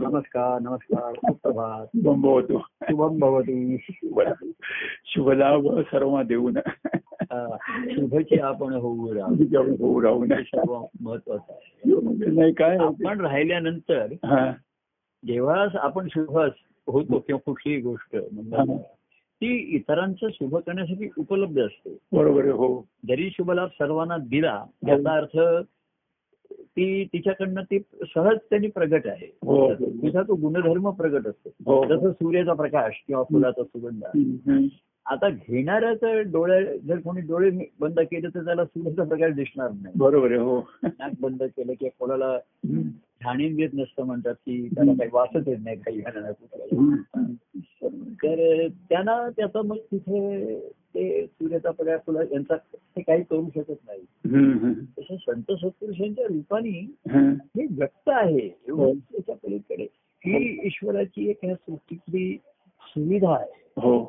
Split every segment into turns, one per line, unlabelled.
नमस्कार नमस्कार सुप्रभात
शुभम भवतु
शुभम भवती
शुभलाभ सर्व देऊन
अं, शुभची आपण होऊ राम
होऊ राहून
हे सर्व महत्वाचं आहे
नाही काय
आपण राहिल्यानंतर
हा,
जेव्हा आपण शुभ अस- होतो किंवा कुठलीही गोष्ट
हो.
म्हणजे ती इतरांचं शुभ करण्यासाठी उपलब्ध असते
बरोबर आहे, हो
जरी शुभलाभ सर्वांना दिला याचा अर्थ ती तिच्याकडनं ती सहज त्यांनी प्रगट आहे
हो.
तिचा तो गुणधर्म प्रगट असतो
हो.
जसं सूर्याचा प्रकाश किंवा फुलाचा सुगंध
हम्म, हम्म.
आता घेणाऱ्याचं डोळे जर कोणी डोळे बंद केले तर त्याला सूर्याचा प्रकाश दिसणार नाही
बरोबर आहे, हो
नाक बंद केलं की कोणाला
हम्म,
ठाणीन घेत नसतं म्हणतात की त्याला काही वाचत येत नाही काही घालणार कुठल्याला.
हो. हम्म.
तर त्यांना त्याचा मग तिथे ते सूर्याचा प्रकाश फुला यांचा ते काही करू शकत नाही
हम्म, हम्म.
तसं संत सत्पुरुषांच्या रूपाने
हा,
हे व्यक्त आहे एवढंच त्याच्या पलीकडे ही ईश्वराची एक ह्या सृष्टीतली सुविधा आहे
हो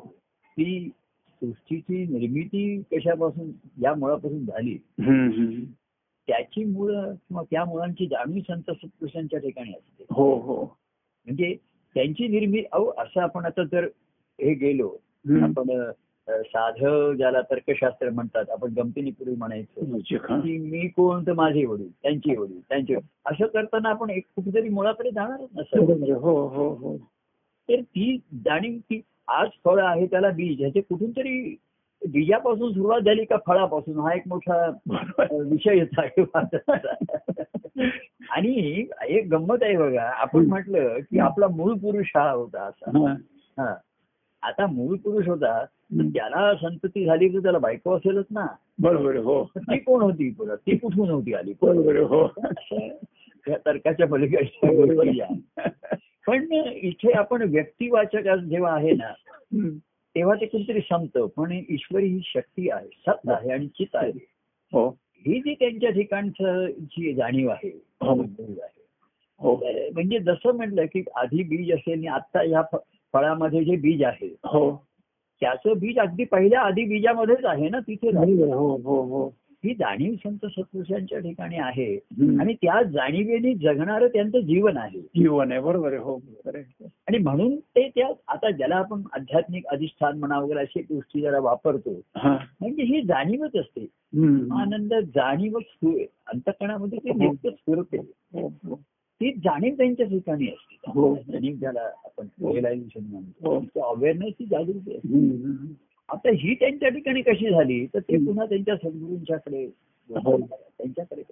ती सृष्टीची निर्मिती कशापासून या मुळापासून झाली
हम्म, हम्म.
त्याची मुळं किंवा त्या मुळांची जाणीव संत सत्पुरुषांच्या ठिकाणी असते
हो हो
म्हणजे त्यांची निर्मिती अहो असं आपण आता जर हे गेलो
हम्म.
आपण अ, साधं ज्याला तर्कशास्त्र म्हणतात आपण गमतीने पूर्वी म्हणायचो
लवचिक, हा.
की मी कोण तर माझे वडील त्यांचे वडील त्यांचे वडील. असं करताना आपण एक कुठेतरी मुळाकडे जाणारच
बरोबर
नसतो
आहे, हो हो हो
तर ती जाणीव ती आज फळ आहे त्याला बीज ह्याचे कुठून तरी बीजापासून सुरुवात झाली का फळापासून हा एक मोठा
बरोबर आहे.
विषय येत आहे वादाचा. आणि एक गंमत आहे बघा आपण म्हटलं की आपला मूळ पुरुष हा होता असा
हा.
हा. आता मूळ पुरुष होता तर
हम्म.
त्याला संतती झाली तर त्याला बायको असेलच ना
बरोबर आहे, हो
तर ती कोण होती पुन्हा ती कुठून होती आली
बरोबर आहे, हो
असं या तर्काच्या पलीकडच्या गोष्टी आहे. पण इथे आपण व्यक्तिवाचक आज जेव्हा आहे ना
हम्म.
तेव्हा ते कुठेतरी संपतं पण ईश्वरी ही शक्ती आहे सत्य आहे आणि चित आहे
हो
ही जी त्यांच्या ठिकाणचं जी जाणीव आहे
हो.
समजून आहे.
हो
तर म्हणजे जसं म्हटलं की आधी बीज असेल आणि आता ह्या फ- फळामध्ये जे बीज आहे
हो
त्याचं बीज अगदी पहिल्या आधी बीजामध्येच आहे ना तिथे
बरोबर आहे, हो हो हो
ही जाणीव संत सत्पुरुषांच्या ठिकाणी आहे
हम्म.
आणि त्या जाणीवेने जगणारं त्यांचं जीवन आहे
जीवन आहे बरोबर आहे हो बरोबर आहे
आणि म्हणून ते त्या आता ज्याला आपण आध्यात्मिक अधिष्ठान म्हणा वगैरे अशी गोष्टी जरा वापरतो
हा.
म्हणजे ही जाणीवच असते
हम्म.
आनंद जाणीव स्फुर- अंतकणामध्ये ते नेमकं स्फुरते
हो, हो.
ती जाणीव त्यांच्या ठिकाणी
हो.
असते जाणीव ज्याला आपण
हो.
रिअलायझेशन
हो.
म्हणतो अवेअरनेस ही जागृती असते
हम्म.
आता ही त्यांच्या ठिकाणी कशी झाली तर ते
हम्म.
पुन्हा त्यांच्या सद्गुरूंच्याकडे
हो.
त्यांच्याकडे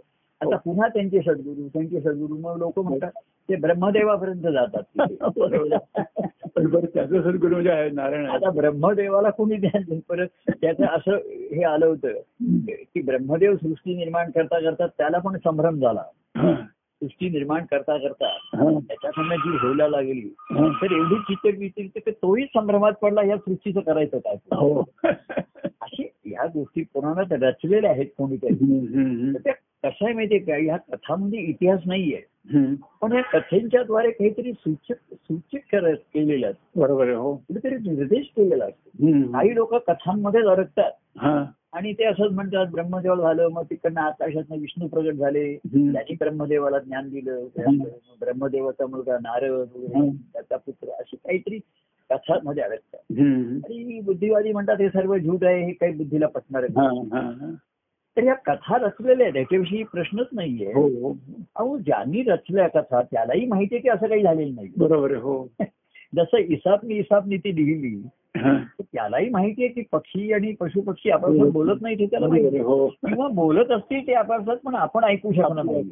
आता पुन्हा त्यांचे सद्गुरू त्यांचे सद्गुरू मग लोक म्हणतात ते ब्रह्मदेवापर्यंत जातात
बरोबर
तिथे.
बरोबर त्याचं सद्गुरू म्हणजे आहे नारायण आहे
आता ब्रह्मदेवाला कोणी द्यायचं परत त्याचं असं हे आलं होतं
हम्म.
की ब्रह्मदेव सृष्टी निर्माण करता करता त्याला पण संभ्रम झाला
हा.
सृष्टी निर्माण करता करता
हा.
त्याच्याकडनं जी व्हायला लागली
हा.
तर एवढी चितक विचित की तोही संभ्रमात पडला या सृष्टीचं करायचं काय
हो
अशी ह्या गोष्टी पुराणात रचलेल्या आहेत कोणीतरी
हम्म. हम्म.
तर त्या कसं आहे माहितीये का ह्या कथामध्ये इतिहास नाहीये
हम्म.
पण या कथेच्या द्वारे काहीतरी सूचित सूचित करत केलेलं असतं
बरोबर आहे हो
कुठेतरी निर्देश केलेला असतो
हम्म.
काही लोक कथांमध्येच अडकतात
हा.
आणि ते असंच म्हणतात ब्रह्मदेव झालं मग तिकडनं आकाशात विष्णू प्रगट झाले
हम्म.
त्यांनी ब्रह्मदेवाला ज्ञान दिलं
हम्म.
मग ब्रह्मदेवाचा मुलगा नारद वगैरे
हम्म.
त्याचा पुत्र अशी काहीतरी कथांमध्ये अडकतात
हम्म.
आणि बुद्धिवादी म्हणतात हे सर्व झूट आहे हे काही बुद्धीला पटणार
हा, हा, हा.
तर या कथा रचलेल्या आहेत याच्याविषयी प्रश्नच नाहीये
हो हो
अहो ज्यांनी रचल्या कथा त्यालाही माहितीये की असं काही झालेलं नाही
बरोबर आहे हो
जसं इसापनी इसापनी ती लिहिली
हा.
तर त्यालाही माहितीये की पक्षी आणि पशु पक्षी आपण बोलत नाही ते त्याला
बरोबर
माहिती
आहे, हो
किंवा बोलत असतील ते आपापसात पण आपण ऐकू शकणार नाही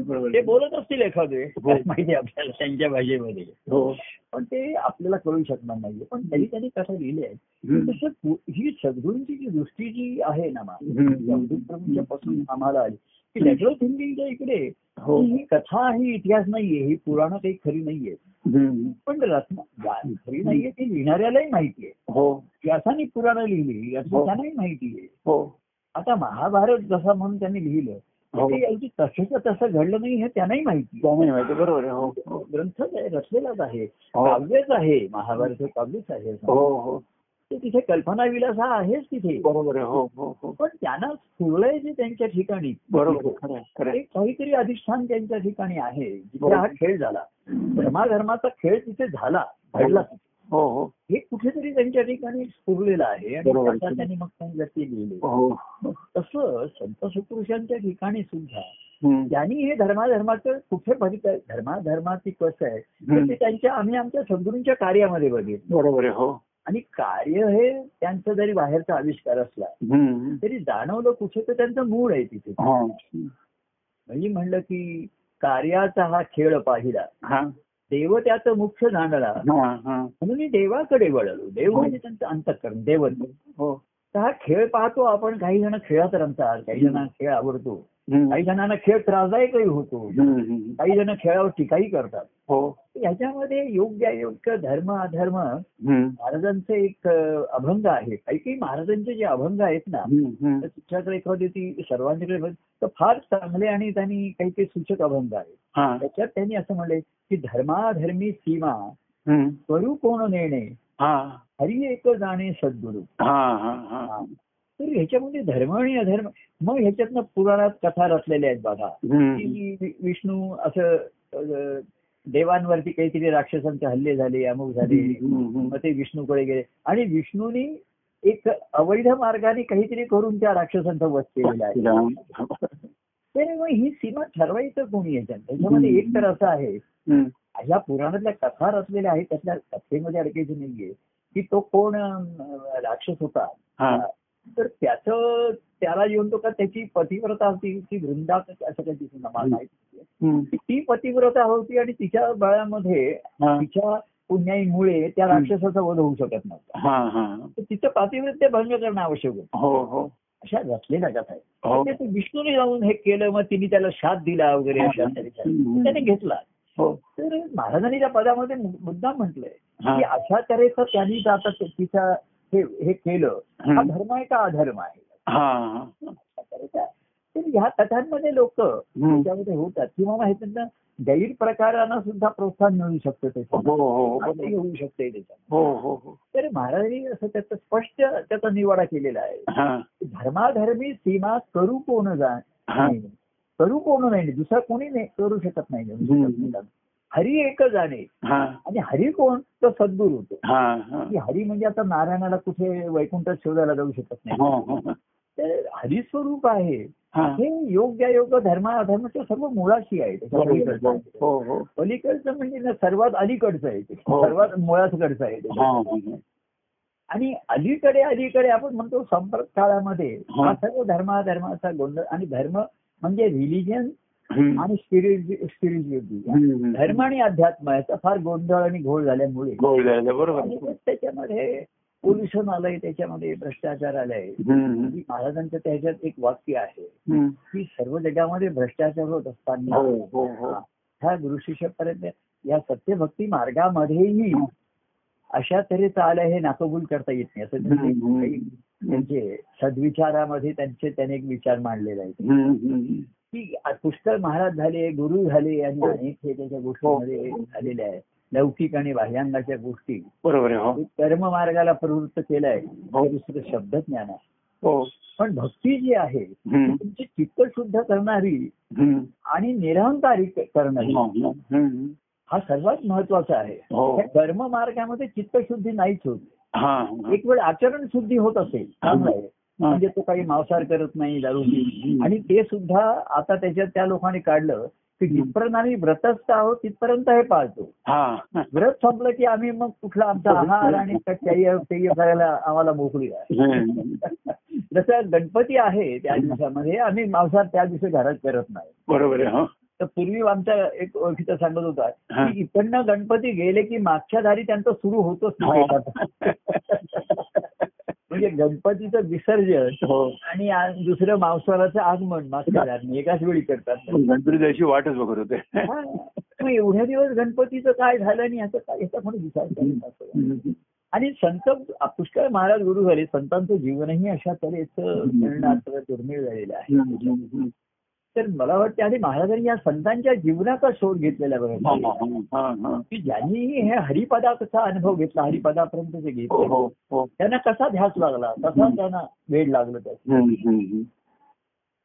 बरोबर
ते
आहे.
बोलत असतील एखादे
हो.
माहिती आपल्याला त्यांच्या भाषेमध्ये
हो
पण ते आपल्याला कळू शकणार नाहीये पण तरी त्यांनी कथा लिहिल्या आहेत
हम्म.
तसं पु- ही सद्गुरूंची जी दृष्टी जी आहे ना मा
हम्म.
अवधूत प्रभूंच्या पासून आम्हाला आली की लॅटरल थिंकिंगच्या इकडे
हो
ही कथा ही इतिहास नाहीये ही पुराणं काही खरी नाहीये
हम्म.
पण रत्न वा- खरी नाहीये ती लिहिणाऱ्यालाही माहितीये
हो
व्यासाने पुराणं लिहिली याचं
हो.
त्यांनाही माहितीये
हो
आता महाभारत जसा म्हणून त्यांनी लिहिलं
हो
ते अगदी तसंच तसं घडलं नाही हे त्यांनाही माहिती
त्यामुळे माहिती बरोबर आहे हो हो
ग्रंथच आहे रचलेलाच आहे
हो.
काव्यच आहे महाभारत हे काव्यच आहे
हो हो
ते तिथे कल्पना विलास हा आहेच तिथे
बरोबर आहे हो हो हो
पण त्यांना स्फुरलंय जे त्यांच्या ठिकाणी
बरोबर आहे, खरं आहे, खरं
ते
आहे.
काहीतरी अधिष्ठान त्यांच्या ठिकाणी आहे जिथे
बरोबर.
हा खेळ झाला धर्माधर्माचा खेळ तिथे झाला घडला
हो हो
हे कुठेतरी त्यांच्या ठिकाणी स्फुरलेलं आहे आणि
बरोबर.
त्याचा त्यांनी मग सांगितलं ते लिहिले
हो
तसं संत सत्पुरुषांच्या ठिकाणी सुद्धा
हम्म.
ज्यांनी हे धर्माधर्माचं कुठे बघितलं धर्माधर्माची कसं आहे तर
हम्म.
ते त्यांच्या आम्ही आमच्या सद्गुरूंच्या कार्यामध्ये बघितलं
बरोबर आहे हो
आणि कार्य हे त्यांचं जरी बाहेरचा आविष्कार असला
हम्म.
तरी जाणवलं कुठे तर त्यांचं मूळ आहे तिथे
हो
म्हणजे म्हणलं की कार्याचा हा खेळ पाहिला
हा
देव त्याचं मुख्य जाणला
हा हा
म्हणून मी देवाकडे वळलो देव म्हणजे त्यांचं अंतकरण देवत्व
हो
तर हा खेळ पाहतो आपण काही जण खेळात रमतात काही जणांना खेळ आवडतो
हम्म.
काही जणांना खेळ त्रासदायकही होतो
हम्म, हम्म.
काही जण खेळावर टीकाही करतात
हो
याच्यामध्ये योग्य अयोग्य धर्म अधर्म
हम्म.
महाराजांचे एक अ, अभंग आहे काही काही महाराजांचे जे अभंग आहेत ना
हम्म,
तर
हम्म.
तुमच्याकडे एखादी ती सर्वांच्याकडे बघ, तर फार चांगले आणि त्यांनी काही काही सूचक अभंग आहेत
हा
त्याच्यात त्यांनी असं म्हणले की धर्माधर्मी सीमा
हम्म.
करू कोण नेणे
हा
हरी एक जाणे सद्गुरु
हा हा हा
तर ह्याच्यामध्ये धर्म आणि अधर्म मग ह्याच्यातनं पुराणात कथा रचलेल्या आहेत बघा
हम्म.
की वि- विष्णू असं अ, देवांवरती काहीतरी राक्षसांचे हल्ले झाले अमुक झाले
हम्म.
मग ते विष्णूकडे गेले आणि विष्णूनी एक अवैध मार्गाने काहीतरी करून त्या राक्षसांचा वध केलेला आहे
राम.
तर मग ही सीमा ठरवायचं कोणी याच्यात त्याच्यामध्ये
हम्म.
एक तर असं आहे
हम्म.
ह्या पुराणातल्या कथा रचलेल्या आहेत त्यातल्या कथेमध्ये अडकायचं नाहीये की तो कोण अं, राक्षस होता
हा
तर त्याचं त्याला येऊन तो का त्याची पतिव्रता होती ती वृंदा का असं काही तिचं नाव आहे
हम्म.
ती पतिव्रता होती आणि तिच्या बळामध्ये
हा
तिच्या पुण्याईमुळे त्या
हम्म.
राक्षसाचा वध होऊ शकत नव्हता
हा हा
तर तिचं पातिव्रत्य भंग करणं आवश्यक होतं
हो हो
अशा रचलेल्या कथा आहेत
हो
तर ते विष्णूने जाऊन हे केलं मग तिने त्याला शाप दिला वगैरे अशा तऱ्हेचा.
हम्म.
त्याने घेतला
हो
तर महाराजांनी त्या पदामध्ये मुद्दाम म्हटलंय
हा.
की अशा तऱ्हेचं त्यांनी जे आता ते- तिचा हे हे केलं हा
हम्म.
धर्म आहे का अधर्म आहे
हा हा
अशा तऱ्हेचा. तर ह्या कथांमध्ये लोक
हम्म.
त्याच्यामध्ये होतात किंवा मग ह्याच्यातनं गैरप्रकारांना सुद्धा प्रोत्साहन मिळू शकतं
हो
त्याच्यामध्ये
हो हो
असंही होऊ शकते त्याच्यामध्ये
हो हो हो
तर महाराजांनी असं त्याचं स्पष्ट त्याचा निवाडा केलेला आहे
हा
धर्माधर्मी सीमा करू कोण जा
हा
नाही. करू कोण नाही दुसरा कोणी नाही करू शकत नाही
हम्म.
हरी एक जाणे
हा
आणि हरी कोण तर सद्गुरू होतो
हा हा
की हरी म्हणजे आता नारायणाला कुठे वैकुंठात शोधायला जाऊ शकत
हो
नाही
हो
तर हरी स्वरूप आहे
हा
हे योग्य अयोग्य धर्म अधर्माच्या सर्व मुळाशी आहे त्याच्या
बरोबर
पलीकडचं
आहे.
आहे.
हो हो
पलीकडचं म्हणजे ना सर्वात अलीकडचं आहे ते
हो.
सर्वात मुळाकडचं आहे ते.
हा, हा, हा.
आणि अलीकडे अलीकडे आपण म्हणतो संपर्क काळामध्ये
हा.
हा सर्व धर्माधर्माचा गोंधळ आणि धर्म म्हणजे रिलिजन
हम्म.
आणि स्पिरिच्युअलिटी
हम्म.
धर्म आणि अध्यात्म याचा फार गोंधळ आणि घोळ झाल्यामुळे
गोड झालं, बरोबर
आणि
आहे.
मग त्याच्यामध्ये पोल्युशन आलंय त्याच्यामध्ये भ्रष्टाचार आलाय
हम्म.
की महाराजांचं त्याच्यात एक वाक्य आहे
हम्म.
की सर्व जगामध्ये भ्रष्टाचार होत
हो हो हो
असताना ह्या गुरु शिष्यापर्यंत या सत्यभक्ती मार्गामध्येही अशा तऱ्हेचं आलं हे नाकबूल करता येत नाही असं त्यांचे
हम्म.
काही त्यांचे सद्विचारामध्ये त्यांचे त्याने एक विचार मांडलेला आहे
हम्म. हम्म.
की आ- पुष्कळ महाराज झाले गुरु झाले आणि अनेक हे त्याच्या गोष्टीमध्ये
हो.
झालेले आहे लौकिक आणि बाह्यांगाच्या गोष्टी
बरोबर आहे हो
कर्म मार्गाला प्रवृत्त केलंय दुसरं शब्द ज्ञान आहे
हो
पण भक्ती जी आहे ती
हम्म.
तुमची चित्त शुद्ध करणारी
हम्म.
आणि निरहंकारी क- करणारी
हो, हो. हम्म.
हा सर्वात महत्वाचा आहे
हो.
त्या कर्म मार्गामध्ये चित्तशुद्धी नाहीच होत
हा
एक वेळ आचरण शुद्धी होत असेल चांगलं आहे म्हणजे तो काही मांसाहार करत नाही दारू पित नाही. आणि ते सुद्धा आता त्याच्यात त्या लोकांनी काढलं की जिथपर्यंत आम्ही व्रतस्थ आहोत तिथपर्यंत हे पाळतो
हा हा.
व्रत संपलं की आम्ही मग कुठला आमचा
हो.
आहार आणि पेय पेय करायला आम्हाला मोकळी आहे
हम्म.
जसं गणपती आहे त्या दिवसामध्ये आम्ही मांसाहार त्या दिवशी घरात करत नाही
बरोबर आहे हो
तर पूर्वी आमचा एक ओळखीचा सांगत होता
हा.
की इकडनं गणपती गेले की मागच्या दारी त्यांचं सुरू होतोच नाही
हो.
म्हणजे गणपतीचं विसर्जन
हो
आणि आ- दुसरं मांसाहाराचं आगमन मागच्या दारी एकाच वेळी करतात
गणपती द्यायची वाटच बघत होते
हा. मग एवढ्या दिवस गणपतीचं काय झालं आणि याचं काय याचा कोणी विचार करत नसेल.
हम्म.
आणि संत पुष्कळ महाराज गुरु झाले संतांचं जीवनही अशा तऱ्हेचं करण्याचं दुर्मिळ झालेलं आहे
हम्म. हम्म.
तर तर मला वाटतं आणि महाराजांनी या संतांच्या जीवनाचा शोध घेतलेला
हा,
बघा
हा, हा, हा.
की ज्यांनी हे हरिपदाचा अनुभव घेतला हरिपदापर्यंत जे
हो,
घेतलं
हो, हो.
त्यांना कसा ध्यास लागला कसा
हम्म.
त्यांना वेळ लागला त्याचा
हम्म, हम्म,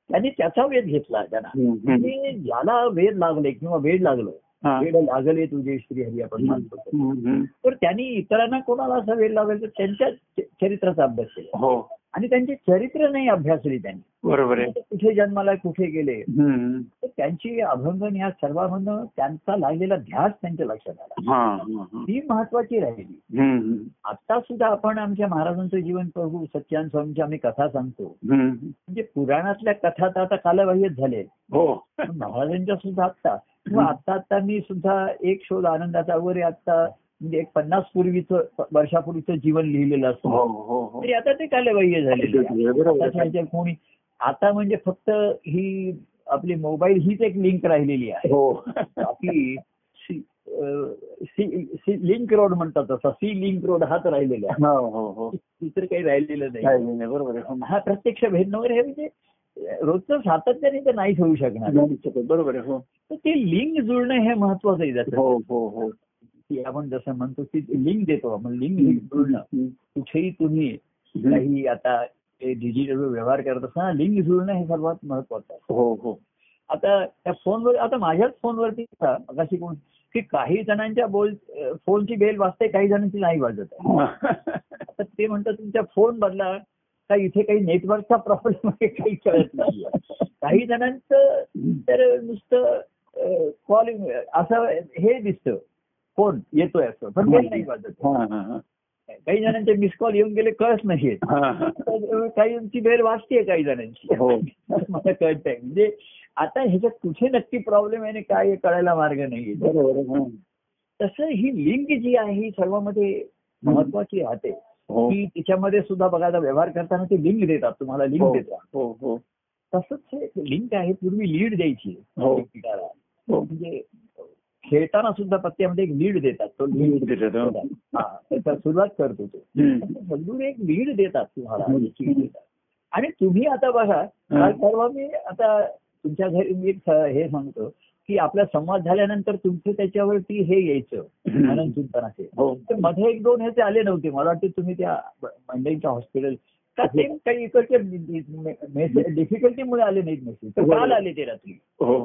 त्यांनी त्याचा वेध घेतला त्यांना
हम्म, हम्म.
आणि ज्याला वेध लागले किंवा वेळ लागलं
हा.
वेळ लागले तुझे श्री हरी आपण म्हणतो तर.
हम्म, हम्म.
तर त्यांनी इतरांना कोणाला असा वेळ लागेल तर त्यांच्या च- चरित्राचा अभ्यास केला
हो
आणि त्यांचे चरित्र नाही अभ्यासले त्यांनी
बरोबर आहे
ते कुठे जन्माला कुठे गेले
हम्म.
तर त्यांची अभंगन या सर्वांमधनं त्यांचा लागलेला ध्यास त्यांच्या लक्षात आला
हा, हा, हा.
ती महत्वाची राहिली
हम्म,
आता सुद्धा आपण आमच्या महाराजांचं जीवन प्रभू सत्यान स्वामीची आम्ही कथा सांगतो
हम्म.
म्हणजे पुराणातल्या कथा तर आता कालबाह्यच झाले
हो
महाराजांच्या सुद्धा आत्ता किंवा आत्ता आत्ता मी सुद्धा एक शोध आनंदाचा वगैरे आत्ता म्हणजे एक पन्नास पूर्वीचं प- वर्षापूर्वीचं जीवन लिहिलेलं
हो
असतं
हो हो
तरी आता ते कालबाह्य झालेलं आहे.
बरोबर
आताच्या
आहे.
ह्याच्यात कोणी आता म्हणजे फक्त ही आपली मोबाईल हीच एक लिंक राहिलेली आहे
हो
आपली सी अं, सी- सी लिंक रोड म्हणतात तसा सी लिंक रोड हाच राहिलेला आहे
हो हो हो
दुसरं काही राहिलेलं नाही
काही नाही, बरोबर आहे. हो,
हा प्रत्यक्ष भेटणं वगैरे हे म्हणजे अं, रोजचं सातत्याने तर नाहीच होऊ शकणार
नाही शकत. बरोबर आहे हो
तर ते लिंग जुळणं हे महत्वाचं आहे
हो
जसं
हो हो
की आपण जसं म्हणतो की लिंक देतो आपण लिंग जुळणं
हम्म.
कुठेही तुम्ही
हम्म.
काही आता डिजिटल व्यवहार करत असताना लिंग जुळणं हे सर्वात महत्वाचं आहे
हो हो
आता त्या फोनवर आता माझ्याच फोनवरती कशी कोण की काही जणांच्या बोल अं, फोनची बेल वाजते काही जणांची नाही वाजत
हो.
आहे आता ते म्हणतात तुमच्या फोन बदला का इथे काही नेटवर्कचा प्रॉब्लेम आहे काही कळत नाही काही जणांचं तर नुसतं कॉलिंग असं हे दिसतं फोन येतोय असं पण बेल नाही वाजत
हा, हा, हा.
काही जणांचे मिस कॉल येऊन गेले कळत नाहीये
हा, हा.
तर काहींची बेल वाजते काही जणांची
हो
मला कळत आहे म्हणजे आता ह्याच्यात कुठे नक्की प्रॉब्लेम आहे आणि काय आहे कळायला मार्ग नाहीये
बरोबर आहे. हा.
तसं ही लिंक जी आहे ही सर्वांमध्ये महत्वाची राहते
हो
की तिच्यामध्ये सुद्धा बघा आता व्यवहार करताना ते लिंक देतात तुम्हाला लिंक
हो
देतात
हो हो
तसंच हे लिंक आहे पूर्वी लीड द्यायची
हो.
एकमेकाला.
हो
म्हणजे खेळताना सुद्धा पत्त्यामध्ये एक लीड देतात तो लीड
लिंक देतात, हो.
हा त्याचा सुरुवात करतो तो
हम्म.
सगळून एक लीड देतात तुम्हाला
हम्म.
एक lead देतात. आणि तुम्ही आता बघा काल परवा मी आता तुमच्या घरी मी एक स- हे सांगतो की आपला संवाद झाल्यानंतर तुमचं त्याच्यावरती हे यायचं
हम्म.
आनंद चिंतनाचे
हो
तर मध्ये एक दोन ह्याचे आले नव्हते मला वाटते तुम्ही त्या ब- मंडईच्या हॉस्पिटल का ते
हो.
काही इकडच्या मेसेज डिफिकल्टीमुळे आले नाहीत मेसेज तर काल आले ते रात्री
हो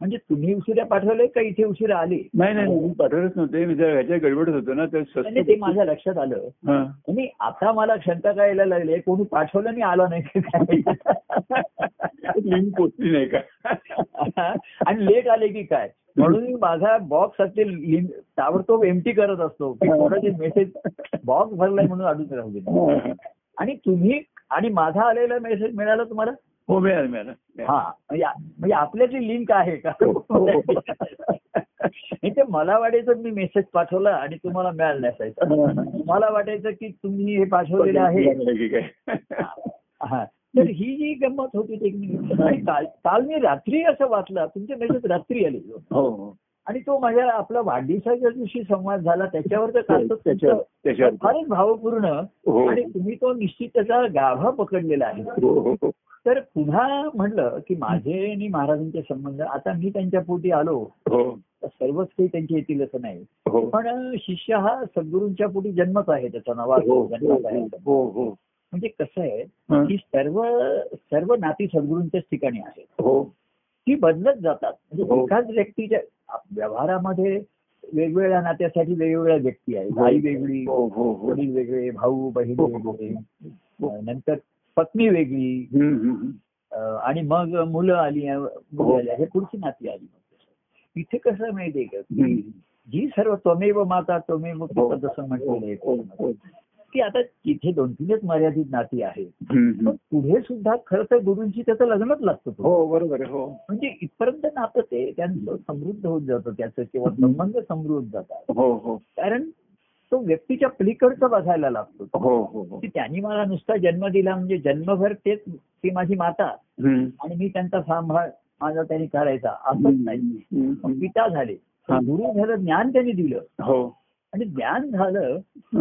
म्हणजे तुम्ही उशिरा पाठवले का इथे उशिरा आले
नाही नाही नाही, मी पाठवलंच नव्हते मी त्या ह्याच्या गडबडत होतो ना त्या
आणि म्हणजे ते
स्वस्त
माझ्या लक्षात आलं
हा.
आणि आता मला शंका काय यायला लागली कोणी पाठवलं आणि आला नाही का काय?
लिंक पोचली नाही का
आणि लेट आले की काय म्हणून मी माझा बॉक्स असेल लिंक ताबडतोब एमटी करत असतो की कोणाचे मेसेज बॉक्स भरलाय म्हणून अडून राहू दे आणि तुम्ही आणि माझा आलेला मेसेज मिळाला तुम्हाला
हो मिळालं मिळालं मिळालं.
हा म्हणजे आ- म्हणजे आपल्या जी लिंक आहे का
हो.
आणि ते मला वाटायचं मी मेसेज पाठवला आणि तुम्हाला मिळालं नाही असायचं मला वाटायचं की तुम्ही हे पाठवलेलं आहे
मिळालं की काय
हा. तर ही जी गंमत होती टेक्निक काल काल मी रात्री असं वाचलं तुमचे मेसेज रात्री आले
हो हो
आणि तो माझ्या आपला वाढदिवसाच्या दिवशी संवाद झाला त्याच्यावर तर काल तो
त्याच्यावर- त्याच्यावर.
तुमचं फारच भावपूर्ण
हो.
आणि तुम्ही तो निश्चित त्याचा गाभा पकडलेला आहे
हो हो हो
तर पुन्हा म्हणलं की माझे आणि महाराजांचे संबंध आता मी त्यांच्या पोटी आलो
हो
तर सर्वच काही त्यांचे येतील असं नाही
हो
पण शिष्य हा सद्गुरूंच्या पोटी जन्मच आहे त्याचा नवा
हो
जन्मच आहे
हो हो
म्हणजे कसं आहे
हा.
की सर्व सर्व नाती सद्गुरूंच्याच ठिकाणी आहेत
हो
ती बदलत जातात म्हणजे
हो.
एकाच व्यक्तीच्या व्यवहारामध्ये वेगवेगळ्या नात्यासाठी वेगवेगळ्या व्यक्ती आहेत
हो.
आई वेगळी
हो हो हो
वडील वेगळे भाऊ बहीण
हो, हो.
वेगळे अं, नंतर पत्नी वेगळी
हम्म, हम्म, हम्म.
अं, आणि मग मुलं आली अं,
हो.
मुली आली हे पुढची नाती आली इथे कसं माहितीये का
हम्म.
जी सर्व त्वमेव माता त्वमेव
हो.
पिता जसं म्हटलेलं
हो,
आहे
हो.
की आता तिथे दोन तीनच मर्यादित नाती आहेत
हम्म, हम्म.
पण पुढे सुद्धा खरं तर गुरुंची त्याचं लग्नच लागतं तो.
हो बरोबर आहे, हो
म्हणजे इथपर्यंत नातं ते त्यांचं समृद्ध होत जातं त्याचं किंवा संबंध समृद्ध जातात
हो हो
कारण तो व्यक्तीच्या पलीकडचं बघायला लागतो
हो हो हो
की त्यांनी मला नुसता जन्म दिला म्हणजे जन्मभर तेच ती माझी माता
हम्म.
आणि मी त्यांचा सांभाळ माझा त्यांनी करायचा असंच नाही
हम्म, हम्म.
पिता झाले
हा.
गुरु झालं ज्ञान त्यांनी दिलं
हो
आणि ज्ञान झालं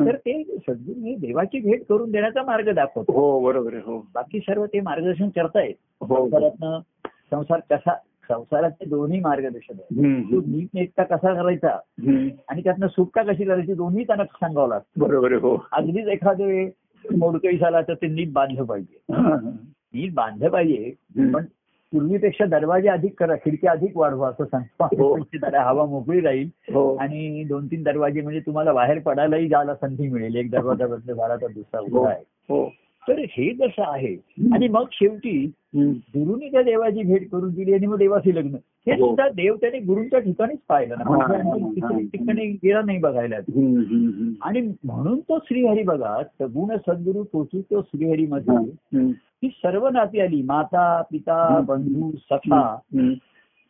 तर ते सद्गुरू हे देवाची भेट करून देण्याचा मार्ग दाखवतो
हो बरोबर आहे, हो
बाकी सर्व ते मार्गदर्शन करतायत
हो
संसारातनं संसार कसा संसाराचे दोन्ही मार्गदर्शन आहे तो
हम्म.
नीटनेटका कसा करायचा
हम्म.
आणि त्यातनं सुटका कशी करायची दोन्ही त्यांना सांगावं लागतं
बरोबर आहे, हो
अगदीच एखादे मोडकळी झाला तर ते नीट बांधलं पाहिजे
हा.
नीट बांधलं पाहिजे
हम्म.
पण पूर्वीपेक्षा दरवाजे अधिक करा खिडक्या अधिक वाढवा असं
हो.
सांगतो जरा हवा मोकळी राहील
हो
आणि दोन तीन दरवाजे म्हणजे तुम्हाला बाहेर पडायलाही जायला संधी मिळेल एक दरवाजा बदल झाला तर दुसरा
हो.
उघडा आहे
हो
तर हे जसं आहे आणि मग शेवटी
हम्म.
गुरुनी त्या देवाची भेट करून दिली आणि मग देवाशी लग्न हे
हो.
सुद्धा देव त्याने गुरुंच्या ठिकाणीच पाहिलं
हा, हा,
ना म्हणजे
हा, हा.
ठिकाणी गेला नाही बघायला
हम्म, हम्म, हम्म.
आणि म्हणून तो श्रीहरी बघा सगुण सद्गुरु पोचू तो श्रीहरी मध्ये
हा. हम्म.
ही सर्व नाती आली माता पिता
हम्म.
बंधू सखा
हम्म.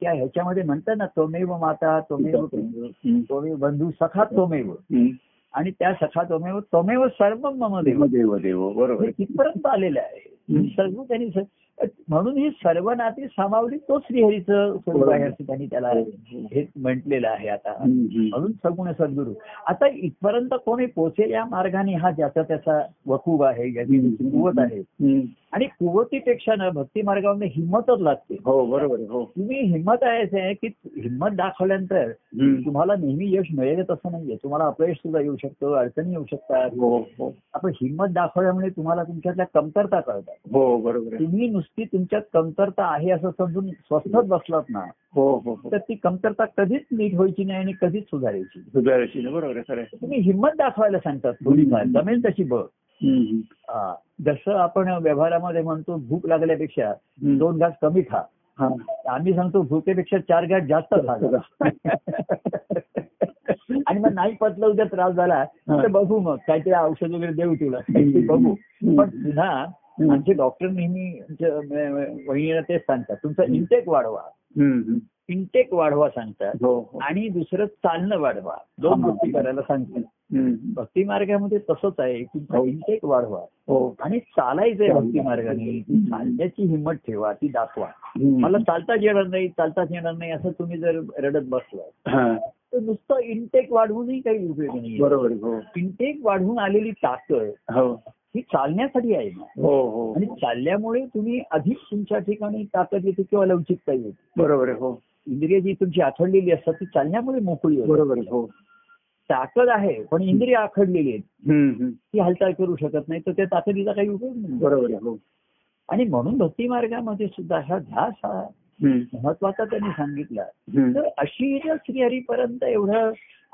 त्या ह्याच्यामध्ये म्हणतात ना त्वमेव माता त्वमेव
हम्म.
त्वमेव बंधू सखा त्वमेव
हम्म.
आणि त्या सखा त्वमेव त्वमेव सर्व मम देव
देव देव देव बरोबर
हे
आहे.
तिथपर्यंत आलेलं आहे
हम्म.
सर्व त्यांनी स- म्हणून ही सर्व नाती सामावली तो श्रीहरीचं स्वरूप आहे असं त्यांनी त्याला हे म्हटलेलं आहे आता
हम्म, हम्म.
म्हणून सगुण सद्गुरू आता इथपर्यंत कोणी पोहोचेल या मार्गाने हा ज्याचा त्याचा वकूब आहे ज्याची त्याची कुवत आहे
हम्म.
आणि कुवतीपेक्षा ना भक्ती मार्गामध्ये हिंमतच लागते
हो बरोबर आहे, हो
तुम्ही हिंमत आहे असं आहे की हिंमत दाखवल्यानंतर
हम्म.
तुम्हाला नेहमी यश मिळेलच असं नाहीये तुम्हाला अपयश सुद्धा येऊ शकतो अडचणी येऊ शकतात
हो हो
आपण हिंमत दाखवल्यामुळे तुम्हाला तुमच्यातल्या कमतरता कळतात
हो बरोबर आहे.
तुम्ही नुसती तुमच्यात कमतरता आहे असं समजून स्वस्थच बसलात ना
हो हो हो
तर ती कमतरता कधीच नीट व्हायची नाही आणि कधीच सुधारायची
सुधारायची ना, बरोबर आहे खरं आहे.
तुम्ही हिंमत दाखवायला सांगतात थोडीफार
हम्म.
जमेल तशी बघ
हम्म,
हा. जसं आपण व्यवहारामध्ये म्हणतो भूक लागल्यापेक्षा
हम्म.
दोन घास कमी खा
हा.
आम्ही सांगतो भूकेपेक्षा चार घाट जास्त झाला आणि मग नाही पटलं उद्या त्रास झाला तर बघू मग काहीतरी औषध वगैरे देऊ तुला काहीतरी बघू पण पुन्हा
म्हणजे-
आमचे डॉक्टर नेहमी आमच्या व- वहिनीला तेच सांगतात तुमचा इंटेक वाढवा
हम्म, हम्म.
इंटेक वाढवा सांगतात
हो हो.
आणि दुसरं चालणं वाढवा दोन
हा.
गोष्टी करायला सांगतात
हम्म.
भक्ती मार्गामध्ये तसंच आहे की
हो.
इंटेक वाढवा
हो
आणि चालायचंय
चालणं.
भक्ती मार्गाने
हम्म.
चालण्याची हिंमत ठेवा ती दाखवा
हम्म.
मला चालताच येणार नाही चालताच येणार नाही असं तुम्ही जर रडत बसला
हा.
तर नुसतं इनटेक वाढवूनही काही उपयोग नाही
बरोबर आहे, हो
इनटेक वाढवून आलेली ताकद
हो
ही चालण्यासाठी आहे ना
हो हो
आणि चालल्यामुळे तुम्ही अधिक तुमच्या ठिकाणी ताकद येते किंवा लवचिकता येते
बरोबर आहे, हो
इंद्रिय जी तुमची आखडलेली असतात ती चालण्यामुळे मोकळी होते
बरोबर आहे, हो
ताकद आहे पण इंद्रिय आखडलेली आहेत
हम्म, हम्म.
ती हालचाल करू शकत नाही तर त्या ताकदीचा काही उपयोग नाही
बरोबर आहे, हो
आणि म्हणून भक्ती मार्गामध्ये सुद्धा हा ध्यास हा
हम्म,
महत्वाचा त्यांनी सांगितला
हम्म.
तर अशी जर श्रीहरीपर्यंत एवढं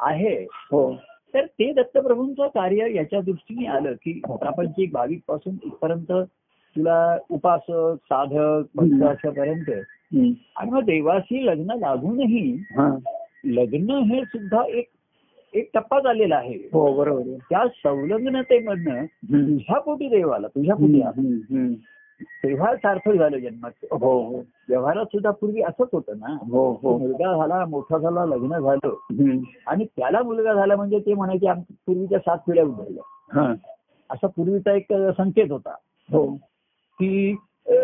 आहे
हो
तर ते दत्तप्रभूंचं कार्य याच्या दृष्टीने आलं की प्रापंचिक भाविक पासून इथपर्यंत तुला उपासक साधक भक्त
हम्म.
अशापर्यंत
हम्म.
आणि मग देवाशी लग्न लागूनही
हा.
लग्न हे सुद्धा एक एक टप्पा झालेला आहे
हो बरोबर आहे.
त्या संलग्नतेमधनं
हम्म.
तुझ्या पोटी देव आला तुझ्या पोटी
हम्म,
आला
हम्म, हम्म.
तेव्हा सार्थक झालं जन्माचं
हो हो
व्यवहारात सुद्धा पूर्वी असंच होतं ना
हो हो
मुलगा झाला मोठा झाला लग्न झालं
हम्म.
आणि त्याला मुलगा झाला म्हणजे ते म्हणायचे आम- पूर्वीच्या सात पिढ्या उभारल्या
हा.
असा पूर्वीचा एक अ, संकेत होता
हो
की अ,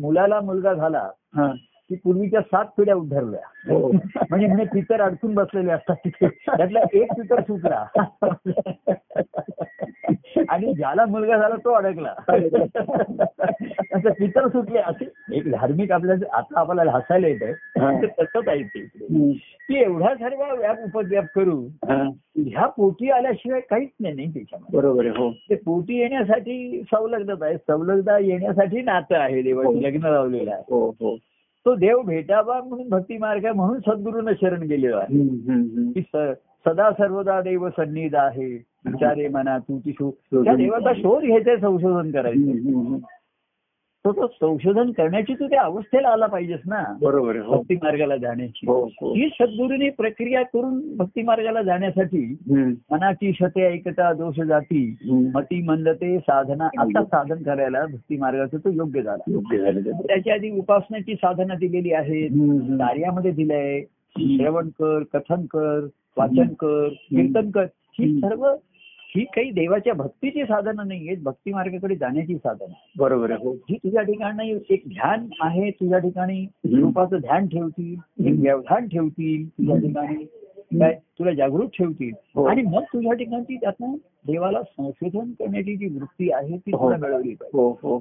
मुलाला मुलगा झाला
हा.
की पूर्वीच्या सात पिढ्या उद्धरल्या
हो
म्हणजे म्हणे पितर अडकून बसलेले असतात तिथे त्यातला एक पितर सुटला आणि ज्याला मुलगा झाला तो अडकला त्याचे पितर सुटले असे एक धार्मिक आपल्या आता आपल्याला हसायला येत
हा.
आहे तसंच आहे ते इकडे.
हम्म.
की एवढा सर्व व्याप उपद्व्याप करू
हा.
ह्या पोटी आल्याशिवाय काहीच नाही नाही त्याच्यामध्ये
बरोबर आहे, हो
ते पोटी येण्यासाठी संलग्नता आहे संलग्नता येण्यासाठी नातं आहे
हो.
देवाची लग्न लावलेलं आहे
हो हो
तो देव भेटावा म्हणून भक्ती मार्ग आहे, म्हणून सद्गुरूंना शरण गेलेलो आहे
हम्म, हम्म, हम्म.
की स- सदा सर्वदा देव सन्निध आहे विचारे मना तुझी शो त्या देवाचा शोध घ्यायचा संशोधन करायचं
हम्म, हम्म, हम्म.
तो तो संशोधन करण्याची तू त्या अवस्थेला आला पाहिजेस ना
बरोबर आहे, हो
भक्ती मार्गाला जाण्याची
हो हो
ही सद्गुरूने प्रक्रिया करून भक्ती मार्गाला जाण्यासाठी
हम्म,
मनाची शते ऐकता दोष जाती
हम्म.
मती मंदते साधना आता साधन करायला भक्ती मार्गाचं तो योग्य झाला
योग्य झालं ते.
त्याच्या आधी उपासनाची साधना दिलेली आहे
हम्म, हम्म.
कार्यामध्ये दिलंय श्रवण कर कथन कर वाचन कर कीर्तन कर ही
हम्म.
सर्व ही काही देवाच्या भक्तीची साधनं नाहीये भक्ती मार्गाकडे जाण्याची साधनं आहेत.
बरोबर आहे, हो
जी तुझ्या ठिकाणी एक ध्यान आहे तुझ्या ठिकाणी
हम्म.
रूपाचं ध्यान ठेवतील एक
हम्म.
व्यवधान ठेवतील तुझ्या
हम्म.
ठिकाणी काय तुला जागृत ठेवतील
हो.
आणि मग तुझ्या ठिकाणची त्यातनं देवाला संशोधन करण्याची जी वृत्ती आहे ती
हो.
तुला मिळवली पाहिजे
हो हो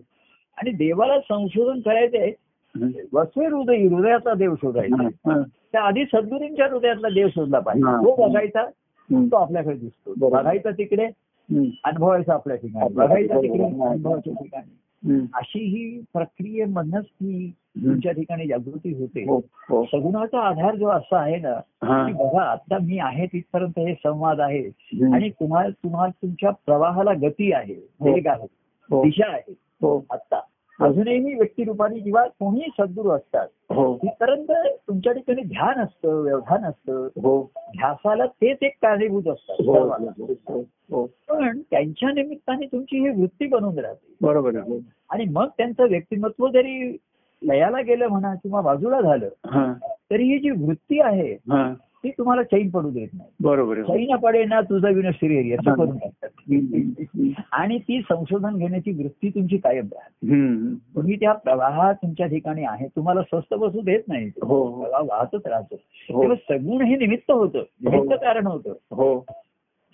आणि देवाला संशोधन करायचंय वसवे हृदय हृदयाचा देव शोधायचा
হ্যাঁ,
त्या आधी सद्गुरूंच्या हृदयातला देव शोधला पाहिजे
हा.
तो बघायचा तो आपल्याकडे दिसतो
बरोबर.
बघायचा तिकडे अनुभवायचा आपल्या ठिकाणी
आपल्या
बघायचा
ठिकाणी.
तिकडे अनुभवाच्या ठिकाणी अशी ही प्रक्रियेमधनच ती तुमच्या ठिकाणी जागृती होते
हो.
सगुणाचा आधार जो असा आहे ना
হ্যাঁ,
की बघा आता मी आहे तिथपर्यंत हे संवाद आहे आणि तुम्हाला तुम्हाला तुमच्या प्रवाहाला गती आहे
हो.
वेग आहे दिशा आहे आता अजूनही मी व्यक्तिरूपाने किंवा कोणी सद्गुरू असतात तिथपर्यंत तुमच्या ठिकाणी ध्यान असतं व्यवधान असतं ध्यासाला तेच एक कारणीभूत असतात
हो,
सर्वांना. पण त्यांच्या निमित्ताने तुमची ही वृत्ती बनून राहते
बरोबर आहे.
आणि मग त्यांचं व्यक्तिमत्व जरी लयाला गेलं म्हणा किंवा बाजूला झालं
हा,
तरी ही जी वृत्ती आहे
हा.
ती तुम्हाला चैन पडू देत नाही
बरोबर आहे.
चैन पडे ना तुझा विनश्री हरी असं
हा.
करून टाकतात
हम्म.
आणि ती संशोधन घेण्याची वृत्ती तुमची कायम राहते
हम्म.
तुम्ही त्या प्रवाहात तुमच्या ठिकाणी आहे तुम्हाला स्वस्त बसू देत नाही
हो, हो.
प्रवाह वाहतच राहतो
हो.
तेव्हा सगुण हे निमित्त होतं निमित्त कारण होतं
हो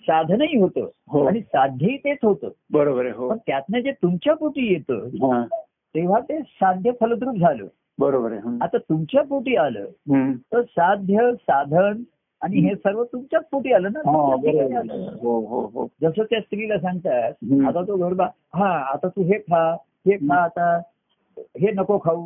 साधनही
हो.
होतं आणि साध्यही तेच होतं
बरोबर आहे हो
पण त्यातनं जे तुमच्या पोटी येतं
हा,
तेव्हा ते साध्य फलद्रूप झालं
बरोबर आहे हम्म.
आता तुमच्या पोटी आलं
हम्म.
तर साध्य साधन आणि हे सर्व तुमच्याच पोटी आलं ना
हा,
तुमच्याच
बरोबर
ठिकाणी
आहे.
आलं.
हो हो हो
जसं त्या स्त्रीला सांगतात
हम्म.
आता तो गरबा हा आता तू हे खा हे खा आता हे नको खाऊ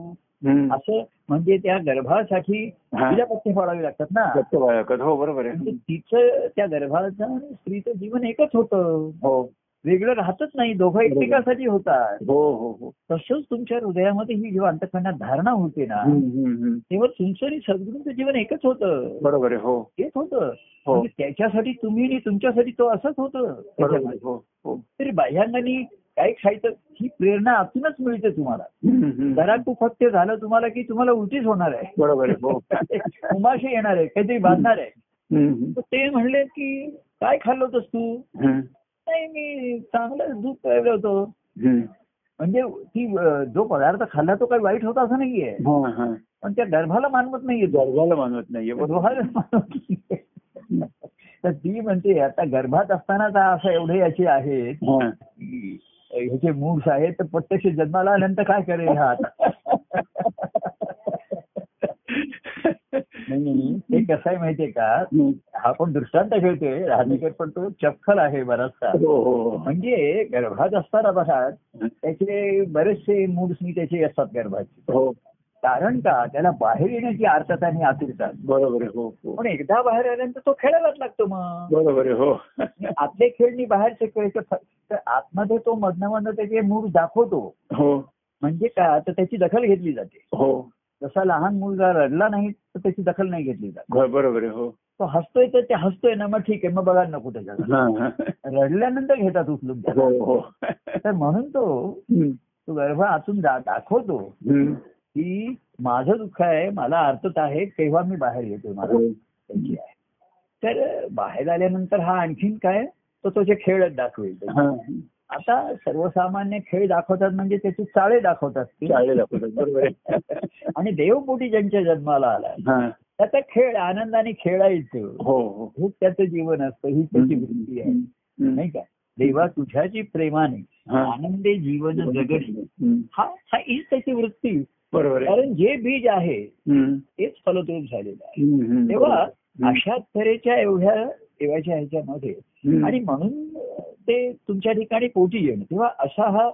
हम्म.
असं म्हणजे त्या गर्भासाठी
हा.
तिला पथ्य पाडावी लागतात ना
सत्य बाळगत. हो बरोबर
म्हणजे
आहे
तिचं त्या गर्भाचं आणि स्त्रीचं जीवन एकच होतं
हो
वेगळं राहतच नाही दोघं
बरोबर.
एकमेकासाठी होतात
हो हो हो
तसंच तुमच्या हृदयामध्ये ही जेव्हा अंतखंडात धारणा होते ना
हम्म, हम्म, हम्म.
तेव्हा तुमचं आणि सद्गुरूंचं जीवन एकच होतं
बरोबर आहे हो
तेच होतं
हो.
म्हणजे त्याच्यासाठी तुम्ही आणि तुमच्यासाठी तो असंच
बरोबर आहे.
होतं
हो हो
तरी बाह्यांनी काय खायचं ही प्रेरणा आतूनच मिळते तुम्हाला
हम्म, हम्म.
जरा कुपथ्य झालं तुम्हाला की तुम्हाला उलटीच होणार आहे
बरोबर आहे हो
उमाशी येणार आहे काहीतरी बांधणार आहे
हम्म, हम्म.
तर ते म्हणले की काय खाल्लं होतस तू
हम्म,
नाही मी चांगलं दूध प्यायलं होतो
हम्म.
म्हणजे ती अं, जो पदार्थ खाल्ला तो काही वाईट होता असं नाहीये
हा, हा.
पण त्या गर्भाला मानवत नाहीये तो.
गर्वाला मानवत नाहीये बरोबर
गर्भाला मानवत नाहीये. तर ती म्हणते आता गर्भात असतानाच हा असं एवढे याचे आहेत
हा.
ह्याचे मूड्स आहेत तर प्रत्यक्ष जन्माला आल्यानंतर काय करेल हा आता? नाही ते कसं आहे माहितीये का
हम्म.
हा पण दृष्टांत खेळतोय राहणीकर पण तो चपखल आहे बराचसा
हो हो हो.
म्हणजे गर्भात असताना बघा त्याचे बरेचसे मूड्सनी त्याचे असतात गर्भाचे
हो
कारण का त्याला बाहेर येण्याची आर्थता आणि आतुरता असते.
बरोबर आहे हो हो
पण एकदा बाहेर आल्यानंतर तो खेळायलाच लागतो मग
बरोबर आहे हो
आतले खेळणी बाहेरचे खेळचे फरक. तर आतमध्ये तो मधनं मधनं त्याचे मूड दाखवतो
हो
म्हणजे का तर त्याची दखल घेतली जाते
हो
जसा लहान मुलगा रडला नाही तर त्याची दखल नाही घेतली जात
ग- बरोबर आहे हो
तो हसतोय तर ते हसतोय ना मग ठीक आहे मग बघायला नको त्याच्याकडे
हा, हा.
रडल्यानंतर घेतात उचलून त्याला.
हो हो
तर म्हणून तो
हम्म.
तो गर्भ आतून दा- दाखवतो
हम्म.
की माझं दुःख आहे मला अर्थत आहे तेव्हा मी बाहेर येतोय मला
हो.
त्यांची आहे तर बाहेर आल्यानंतर हा आणखीन काय तो त्याचे खेळच दाखवेल
हा.
आता सर्वसामान्य खेळ दाखवतात म्हणजे त्याचे चाळे दाखवतात ते.
शाळेला कुठं बरोबर आहे
आणि देवपोटी ज्यांच्या जन्माला आला
हा.
त्याचा खेळ आनंदाने खेळायचं
हो हो
हेच त्याचं जीवन असतं ही त्याची वृत्ती आहे नाही का देवा तुझ्याची प्रेमाने
हा.
आनंदे जीवन जगणे
हम्म.
हा हा हीच त्याची वृत्ती
बरोबर आहे
कारण जे बीज आहे
हम्म.
तेच फलद्रूप झालेलं आहे
हम्म, हम्म.
तेव्हा
हम्म.
अशा तऱ्हेच्या एवढ्या देवाच्या ह्याच्यामध्ये
हम्म.
आणि म्हणून ते तुमच्या ठिकाणी पोटी येणं तेव्हा असा हा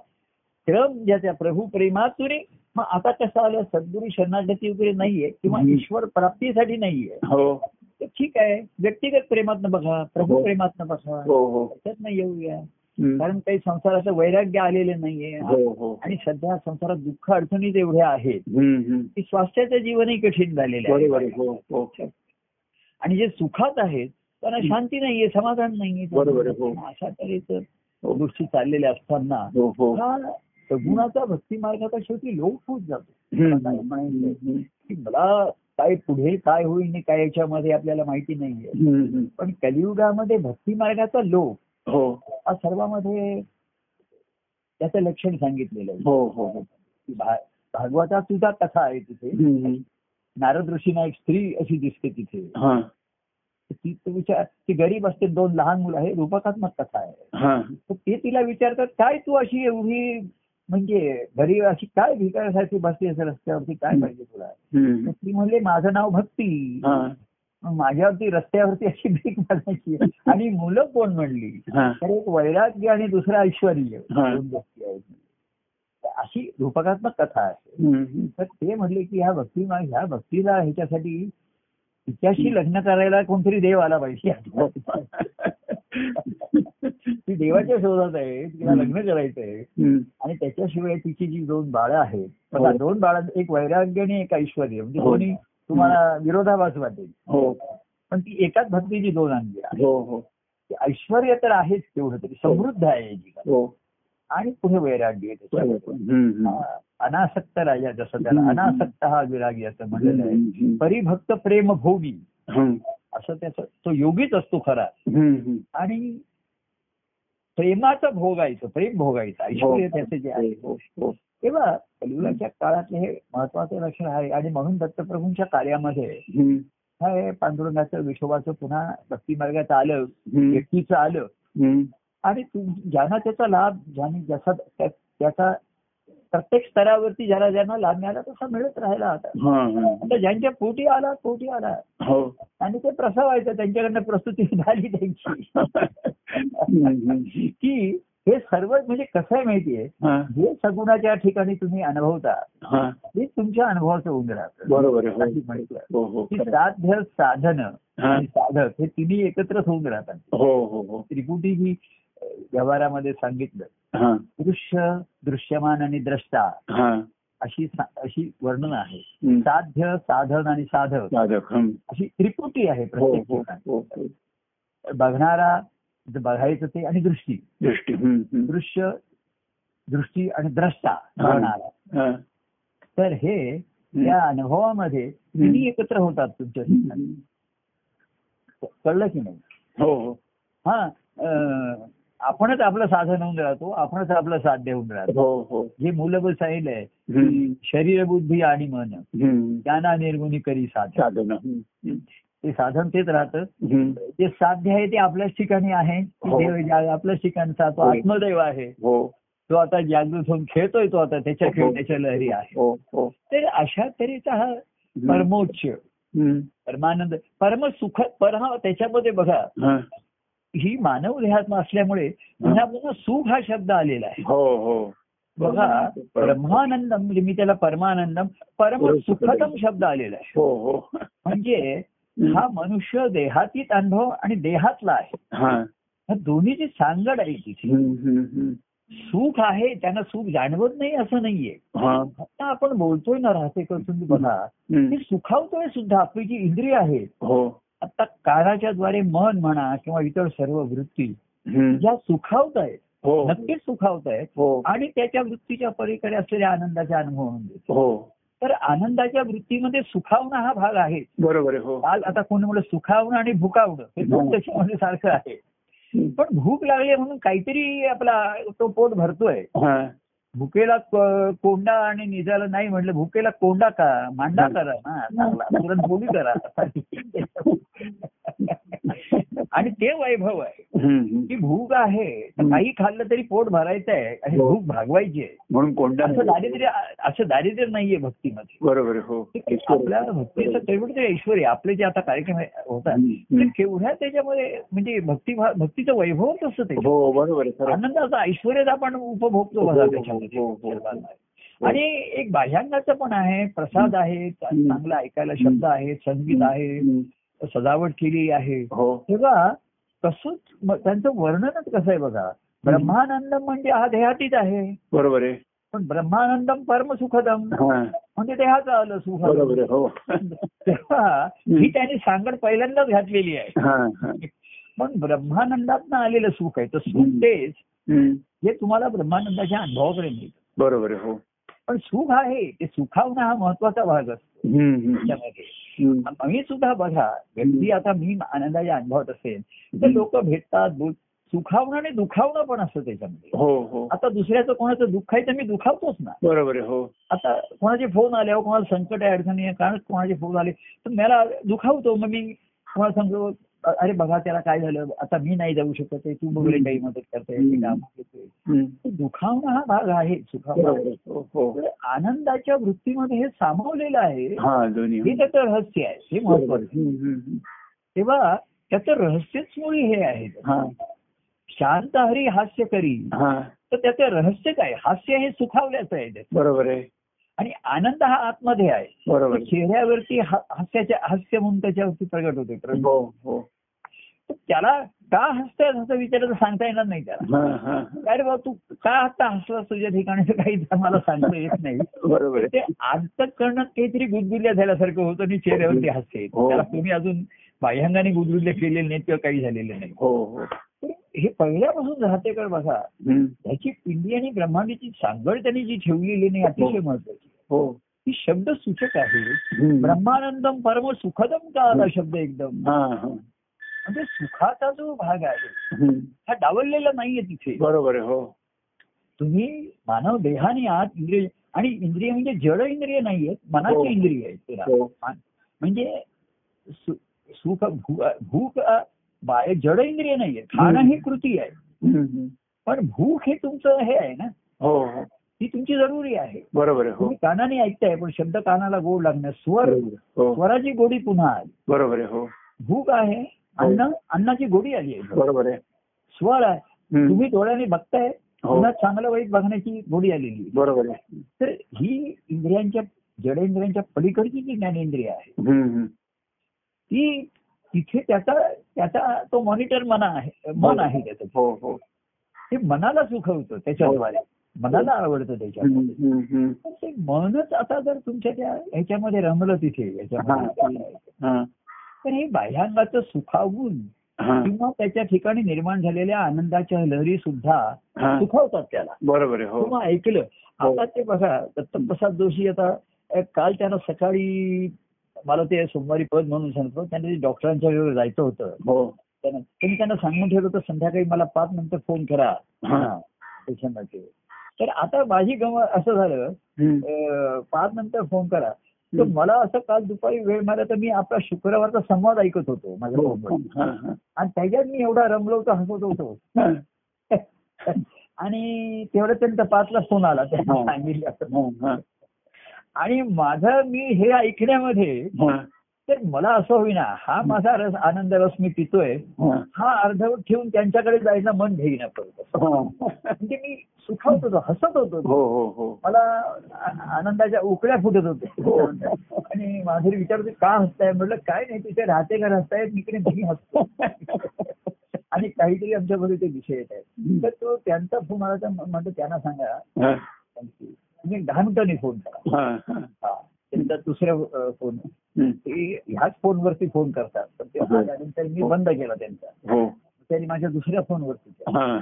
क्रम ज्याच्या प्रभू प्रेमातून मग आता कसं आलं सद्गुरू शरणागती वगैरे नाहीये किंवा
हम्म.
ईश्वर प्राप्तीसाठी नाहीये
हो
तर ठीक आहे व्यक्तिगत प्रेमातनं बघा
हो.
प्रभू प्रेमातनं बघा
हो हो
त्याच्यात नाही येऊया
हम्म.
कारण काही संसाराचं वैराग्य आलेलं नाहीये
हो हो
आणि सध्या संसारात दुःख अडचणीत एवढ्या आहेत
हम्म, हम्म.
की स्वास्थ्याचं जीवनही कठीण झालेलं
बरोबर
आहे
आहे हो हो
आणि जे सुखात आहेत त्यांना शांती नाहीये समाधान नाहीये
बरोबर आहे, हो.
अशा तऱ्हेचं गोष्टी चाललेल्या असताना
हो हो
हा सगुणाचा भक्ती मार्गाचा शेवटी लोप होत जातो
हम्म, हम्म, हम्म.
की मला काय पुढे काय होईल आणि काय याच्यामध्ये आपल्याला माहिती नाहीये
हम्म, हम्म.
पण कलियुगामध्ये भक्ती मार्गाचा लोप
हो
हा सर्वांमध्ये त्याचं लक्षण सांगितलेलं आहे
हो हो हो
की भा- भागवतात सुद्धा कथा आहे तिथे
हम्म, हम्म.
नारद ऋषीना एक स्त्री अशी दिसते तिथे
हा
ती तो विचार ती गरीब असते दोन लहान मुलं आहे रूपकात्मक कथा आहे
हा
तर ते तिला विचारतात काय तू अशी एवढी म्हणजे घरी अशी काय भिकाऱ्यासारखी बसली असेल रस्त्यावरती काय
हं.
पाहिजे तुला
हम्म.
तर ती म्हणले माझं नाव भक्ती
हा,
मग माझ्यावरती रस्त्यावरती अशी भीक मागायची आणि मुलं कोण म्हणली
हा,
तर एक वैराग्य आणि दुसरं ऐश्वर
हा.
दोन गोष्टी आहेत तर अशी रूपकात्मक कथा आहे
हम्म.
तर ते म्हणले की ह्या भक्ती ह्या भक्तीला ह्याच्यासाठी तिच्याशी लग्न करायला कोणतरी देव आला पाहिजे
हो.
ती देवाच्या शोधात आहे तिला
हम्म.
लग्न करायचं आहे
हम्म.
आणि त्याच्याशिवाय तिची जी दोन बाळं आहेत
हो.
बघा, दोन बाळांत एक वैराग्य आणि एक ऐश्वर म्हणजे
हो.
दोन्ही तुम्हाला विरोधाभास वाटेल
हो
पण ती एकाच भक्तीची दोन आणली आहे.
हो हो
ते ऐश्वर्य तर आहेच तेवढं तरी
हो.
समृद्ध आहे जीवन.
हो
आणि पुढे वैराग्य आहे त्याच्यामध्ये.
हम्म.
हा. अनासक्त राजा जसं त्याला
हो. हम्म.
अनासक्त हा विरागी असं म्हणलेलं आहे
हम्म.
परिभक्त प्रेम भोगी
हम्म.
असं त्याचं तो योगीच असतो खरा
हम्म.
आणि प्रेमाचं भोगायचं प्रेम भोगायचं ऐश्वर त्याचं जे आहे
हो, हो.
तेव्हा कलियुगाच्या काळातले हे महत्वाचं लक्षण आहे आणि म्हणून दत्तप्रभूंच्या कार्यामध्ये
हम्म.
हे पांडुरंगाचं विठोबाचं पुन्हा भक्तिमार्गाचं आलं
हम्म.
व्यक्तीचं आलं
हम्म.
आणि तुम- ज्यांना त्याचा लाभ ज्याने जसा त्या- त्याचा प्रत्येक स्तरावरती ज्याला ज्यांना लाभ मिळाला तसा मिळत राहिला आता
हा, हा.
आता ज्यांच्या पोटी आला पोटी आला
हो
आणि ते प्रसवायचं त्यांच्याकडनं प्रस्तुती झाली त्यांची
हम्म.
की हे सर्व म्हणजे कसं आहे माहितीये
हा,
जे सगुणाच्या ठिकाणी तुम्ही अनुभवता
हा.
ते तुमच्या अनुभवाचं होऊन राहतं
बरोबर आहे.
अशी म्हटलं.
हो हो
की
खरं.
साध्य साधन
हा.
आणि साधक हे तिन्ही एकत्रच होऊन राहतात
हो हो हो
त्रिपुटी ही अ, व्यवहारामध्ये सांगितलं
हा
दृश्य दृश्यमान आणि द्रष्टा
हा
अशी सा- अशी वर्णन आहे
हम्म.
साध्य साधन आणि साधक
साधक हम्म.
अशी त्रिपुटी आहे
हो
प्रत्येक
हो
ठिकाणी.
हो हो.
बघणारा बघायचं ते आणि दृष्टी
दृष्टी हम्म, हम्म.
दृश्य दृष्टी आणि द्रष्टा
हा.
बघणारा
हा.
तर हे
हम्म.
या अनुभवामध्ये तिन्ही एकत्र होतात तुमच्या ठिकाणी.
हम्म.
कळलं की नाही
हो हो
हा अं, आपणच आपलं साधन होऊन राहतो आपणच आपलं साध्य होऊन राहतो
हो हो
जे मूलभूत सांगितलंय
हम्म.
शरीर बुद्धी आणि मन
हम्म.
ज्ञाना निर्गुणी करी साधन
साधन हम्म. हम्म.
ते साधन तेच राहतं
हम्म.
जे साध्य आहे ते आपल्याच ठिकाणी आहे
हो.
देव ज्या- आपल्याच ठिकाणचा तो
हो.
आत्मदैव आहे
हो
तो आता जागृत होऊन खेळतोय तो आता त्याच्या
हो.
खेळ त्याच्या लहरी आहे
हो हो
तर अशा तऱ्हेचा हा
हम्म.
परमोच्च
हम्म.
परमानंद परम सुख पर हा त्याच्यामध्ये बघा
हा.
ही मानव देहात असल्यामुळे पुन्हा पुन्हा सुख हा शब्द आलेला आहे
हो हो
बघा ब्रह्मानंदम म्हणजे मी त्याला परमानंदम परम सुखदम शब्द आलेला आहे
हो हो हाँ।
म्हणजे
हम्म।
हा मनुष्य देहातीत अनुभव आणि देहातला आहे
हा
ह्या दोन्हीची सांगड आहे तिथे
हाँ। हम्म, हम्म, हम्म.
सुख आहे त्यांना सुख जाणवत नाही असं नाहीये
हा
आता आपण बोलतोय ना राहते तुम्ही बघा ते
हम्म.
सुखावतोय सुद्धा आपली जी इंद्रिय आहेत
हो
आता कानाच्या द्वारे मन म्हणा किंवा इतर सर्व वृत्ती
हम्म.
ज्या सुखावत आहेत
हो
नक्कीच सुखावत आहेत
हो
आणि त्याच्या वृत्तीच्या पलीकडे असलेल्या आनंदाचा अनुभव म्हणून देतो
हो
तर आनंदाच्या वृत्तीमध्ये सुखावणं हा भाग आहे
बरोबर आहे हो
काल आता कोणी म्हणलं सुखावणं आणि भुकावणं हे दोन
हो.
त्याच्यामध्ये सारखं आहे पण भूक लागली म्हणून काहीतरी आपला तो पोट भरतोय
हा
भुकेला क- कोंडा आणि निजाला नाही म्हटलं भुकेला कोंडा का मांडा करा ना चांगला पुरणपोळी करा आणि ते वैभव आहे
हम्म, हम्म.
की भूक आहे तर काही खाल्लं तरी पोट भरायचं आहे आणि
हो.
भूक भागवायची आहे
म्हणून कोंडा
असं दारिद्र्य असं दारिद्र्य नाहीये भक्तीमध्ये
बरोबर आहे, हो
आपल्या भक्तीचं तेवढं ते ऐश्वर्य आपले जे आता कार्यक्रम आहे- होतात
हम्म,
ते
हम्म.
केवढ्या त्याच्यामध्ये म्हणजे भक्ती भक्तीचं वैभवच असतं ते
हो बरोबर आहे खरं.
आनंदाचा ऐश्वर्याचा आपण उपभोगतो बघा
हो, हो,
त्याच्यामध्ये
हो, हो,
सर्वांना. आणि एक बाह्यांगाचं पण आहे प्रसाद आहे चा-
हम्म.
चांगला ऐकायला शब्द आहे संगीत आहे
हम्म.
सजावट केली आहे
हो
तेव्हा कसं म- त्यांचं वर्णनच कसं आहे बघा ब्रह्मानंद म्हणजे हा देहातीच आहे
बरोबर आहे
पण ब्रह्मानंदम परम सुखदम
हा
म्हणजे देहाचं आलं सुख
बरोबर आहे हो
तेव्हा ही त्याने सांगड पहिल्यांदाच घातलेली आहे
हा हा
पण ब्रह्मानंदात आलेलं सुख आहे तर सुख
हम्म.
तेच
हम्म.
जे तुम्हाला ब्रह्मानंदाच्या अनुभवाकडे मिळतं
बरोबर आहे हो
पण सुख आहे ते सुखावणं हा महत्वाचा भाग असतो
हम्म, हम्म.
त्याच्यामध्ये
हम्म.
मी सुद्धा बघा व्यक्ती आता मी आनंदाच्या अनुभवत असेल तर लोक भेटतात बोल- सुखावणं आणि दुखावणं पण असतं त्याच्यामध्ये
हो हो
आता दुसऱ्याचं कोणाचं दुःख आहे तर मी दुखावतोच ना
बरोबर आहे हो
आता कोणाचे फोन आले हो कोणाला संकट आहे अडचणी आहे कारण कोणाचे फोन आले तर मला दुखावतो मग मी कोणाला सांगतो अ- अरे बघा त्याला काय झालं आता मी नाही जाऊ शकत आहे तू वगैरे काही मदत करताय ते काम करतोय.
हम्म.
तो दुखावणा हा भाग आहे सुखावणा
बरोबर आहे. हो, हो.
तर आनंदाच्या वृत्तीमध्ये हे सामावलेलं आहे
हा दोन्ही
हे त्याचं रहस्य आहे हे महत्वाचं
बरोबर.
आहे.
हम्म, हम्म.
तेव्हा त्याचं रहस्यच मुळी हे आहे
हा
शांत हरी हास्य करी
हा
तर त्याचं रहस्य काय हास्य हे सुखावल्याचं आहे त्याचं.
बरोबर आहे
आणि आनंद हा आतमध्ये आहे तो
बरोबर आहे.
चेहऱ्यावरती हा- हास्याच्या हास्य म्हणून त्याच्यावरती प्रगट होते प्रगट.
हो हो
तर त्याला का हसताय असं विचारायचं सांगता येणार नाही त्याला
हा हा
काय रे बाबा तू का आता हसलास तुझ्या ठिकाणी तर काही मला सांगता येत नाही
बरोबर
ते
आहे
अंतकरणात काहीतरी गुदगुल्या झाल्यासारखं होतं आणि चेहऱ्यावरती हास्य येतं.
हो.
त्याला तुम्ही अजून बाह्यांगाने गुदगुल्या केलेले नाहीत किंवा काही झालेले नाही
हो हो
तर हे पहिल्यापासून राहतेकर बघा
हम्म.
ह्याची पिंडी आणि ब्रह्मांडीची सांगड त्यांनी जी ठेवलेली नाही अतिशय महत्वाची
हो
ही शब्द सूचक आहे
हम्म.
ब्रह्मानंदम परम सुखदम का
हो.
आला शब्द एकदम
हा हा
म्हणजे सुखाचा जो भाग आहे
हम्म.
हा डावललेला नाहीये तिथे
बरोबर आहे हो
तुम्ही मानव देहाने आत इंद्रिय आणि इंद्रिय म्हणजे जड इंद्रिय नाहीयेत
हो.
मनाची इंद्रिय आहेत ते राहतात.
हो
म्हणजे सु- सुख भू- भूक अ, बाय जड इंद्रिय नाहीये खाणं
हम्म.
ही कृती आहे
हम्म, हम्म.
पण भूक हे तुमचं हे आहे ना
हो हो
ती तुमची जरुरी आहे
बरोबर आहे हो
तुम्ही कानाने ऐकताय पण शब्द कानाला गोड लागणं स्वर
बरोबर आहे. हो
स्वराची गोडी पुन्हा आली
बरोबर आहे हो
भूक आहे अन्न अन्नाची गोडी आली आहे
बरोबर आहे
स्वर आहे
हम्म.
तुम्ही डोळ्याने बघताय
हो.
पुन्हा चांगलं वाईट बघण्याची गोडी आलेली आहे.
बरोबर आहे
तर ही इंद्रियांच्या जडेंद्रियांच्या पलीकडची जी ज्ञानेंद्रिय आहे
हम्म, हम्म.
ती तिथे त्याचा त्याचा तो मॉनिटर मना आहे मन आहे त्याचं
हो हो
ते मनाला सुखवतं त्याच्याद्वारे मनाला आवडतं त्याच्यामध्ये
हम्म, हम्म, हम्म.
तर ते मनच आता जर तुमच्या त्या ह्याच्यामध्ये रमलं तिथे याच्यामध्ये
हा,
तर हे बाह्यांगाचं सुखावून
हा,
किंवा त्याच्या ठिकाणी निर्माण झालेल्या आनंदाच्या लहरी सुद्धा
हा.
सुखवतात त्याला
बरोबर आहे हो
किंवा ऐकलं आता ते बघा दत्तप्रसाद जोशी आता अ, काल त्यांना सकाळी मला ते सोमवारी पद म्हणून सांगतो त्यांना ते डॉक्टरांच्या वेळेवर जायचं होतं
हो
त्यांना तुम्ही त्यांना सांगून ठेवलं तर संध्याकाळी मला पाच नंतर फोन करा
हा.
हा, पेशंटाचे तर आता माझी गम असं झालं
हम्म.
अ, पाच नंतर फोन करा तर
हम्म.
मला असं काल दुपारी वेळ मिळाला तर मी आपला शुक्रवारचा संवाद ऐकत होतो माझ्या
हो,
फोनवर
हा, हा.
आणि त्याच्यात मी एवढा रमलो होतो हसत होतो
हा,
आणि तेवढ्या त्यांचा पाचला फोन आला त्यांनी
हा.
सांगितलं असं.
हा, हा.
आणि माझं मी हे ऐकण्यामध्ये
हा,
तर मला असं होईना हा माझा रस आनंद रस मी पितोय
हा.
हा अर्धवट ठेवून त्यांच्याकडे जायला मन घेईना परत असं.
हा.
म्हणजे मी सुखावत होतो हसत होतो
हो हो हो
मला आ- आनंदाच्या उकड्या फुटत
हो.
होत्या आणि माझे विचार होते का हसताय म्हटलं काय नाही तिथे राहते का हसतायत इकडे मी हसतो आणि काहीतरी आमच्यामध्ये ते विषय येत आहेत तर तो त्यांचा फोन आला तर म्हणतो त्यांना सांगा
हा,
म्हणजे दहा मिनिटांनी फोन करा
हा, हा.
हा. त्यांचा दुसऱ्या अ, फोन
हम्म.
ते ह्याच फोनवरती फोन करतात तर ते
हो.
त्यानंतर मी बंद केला त्यांचा
हो
त्यांनी माझ्या दुसऱ्या फोनवरती केला.
हा.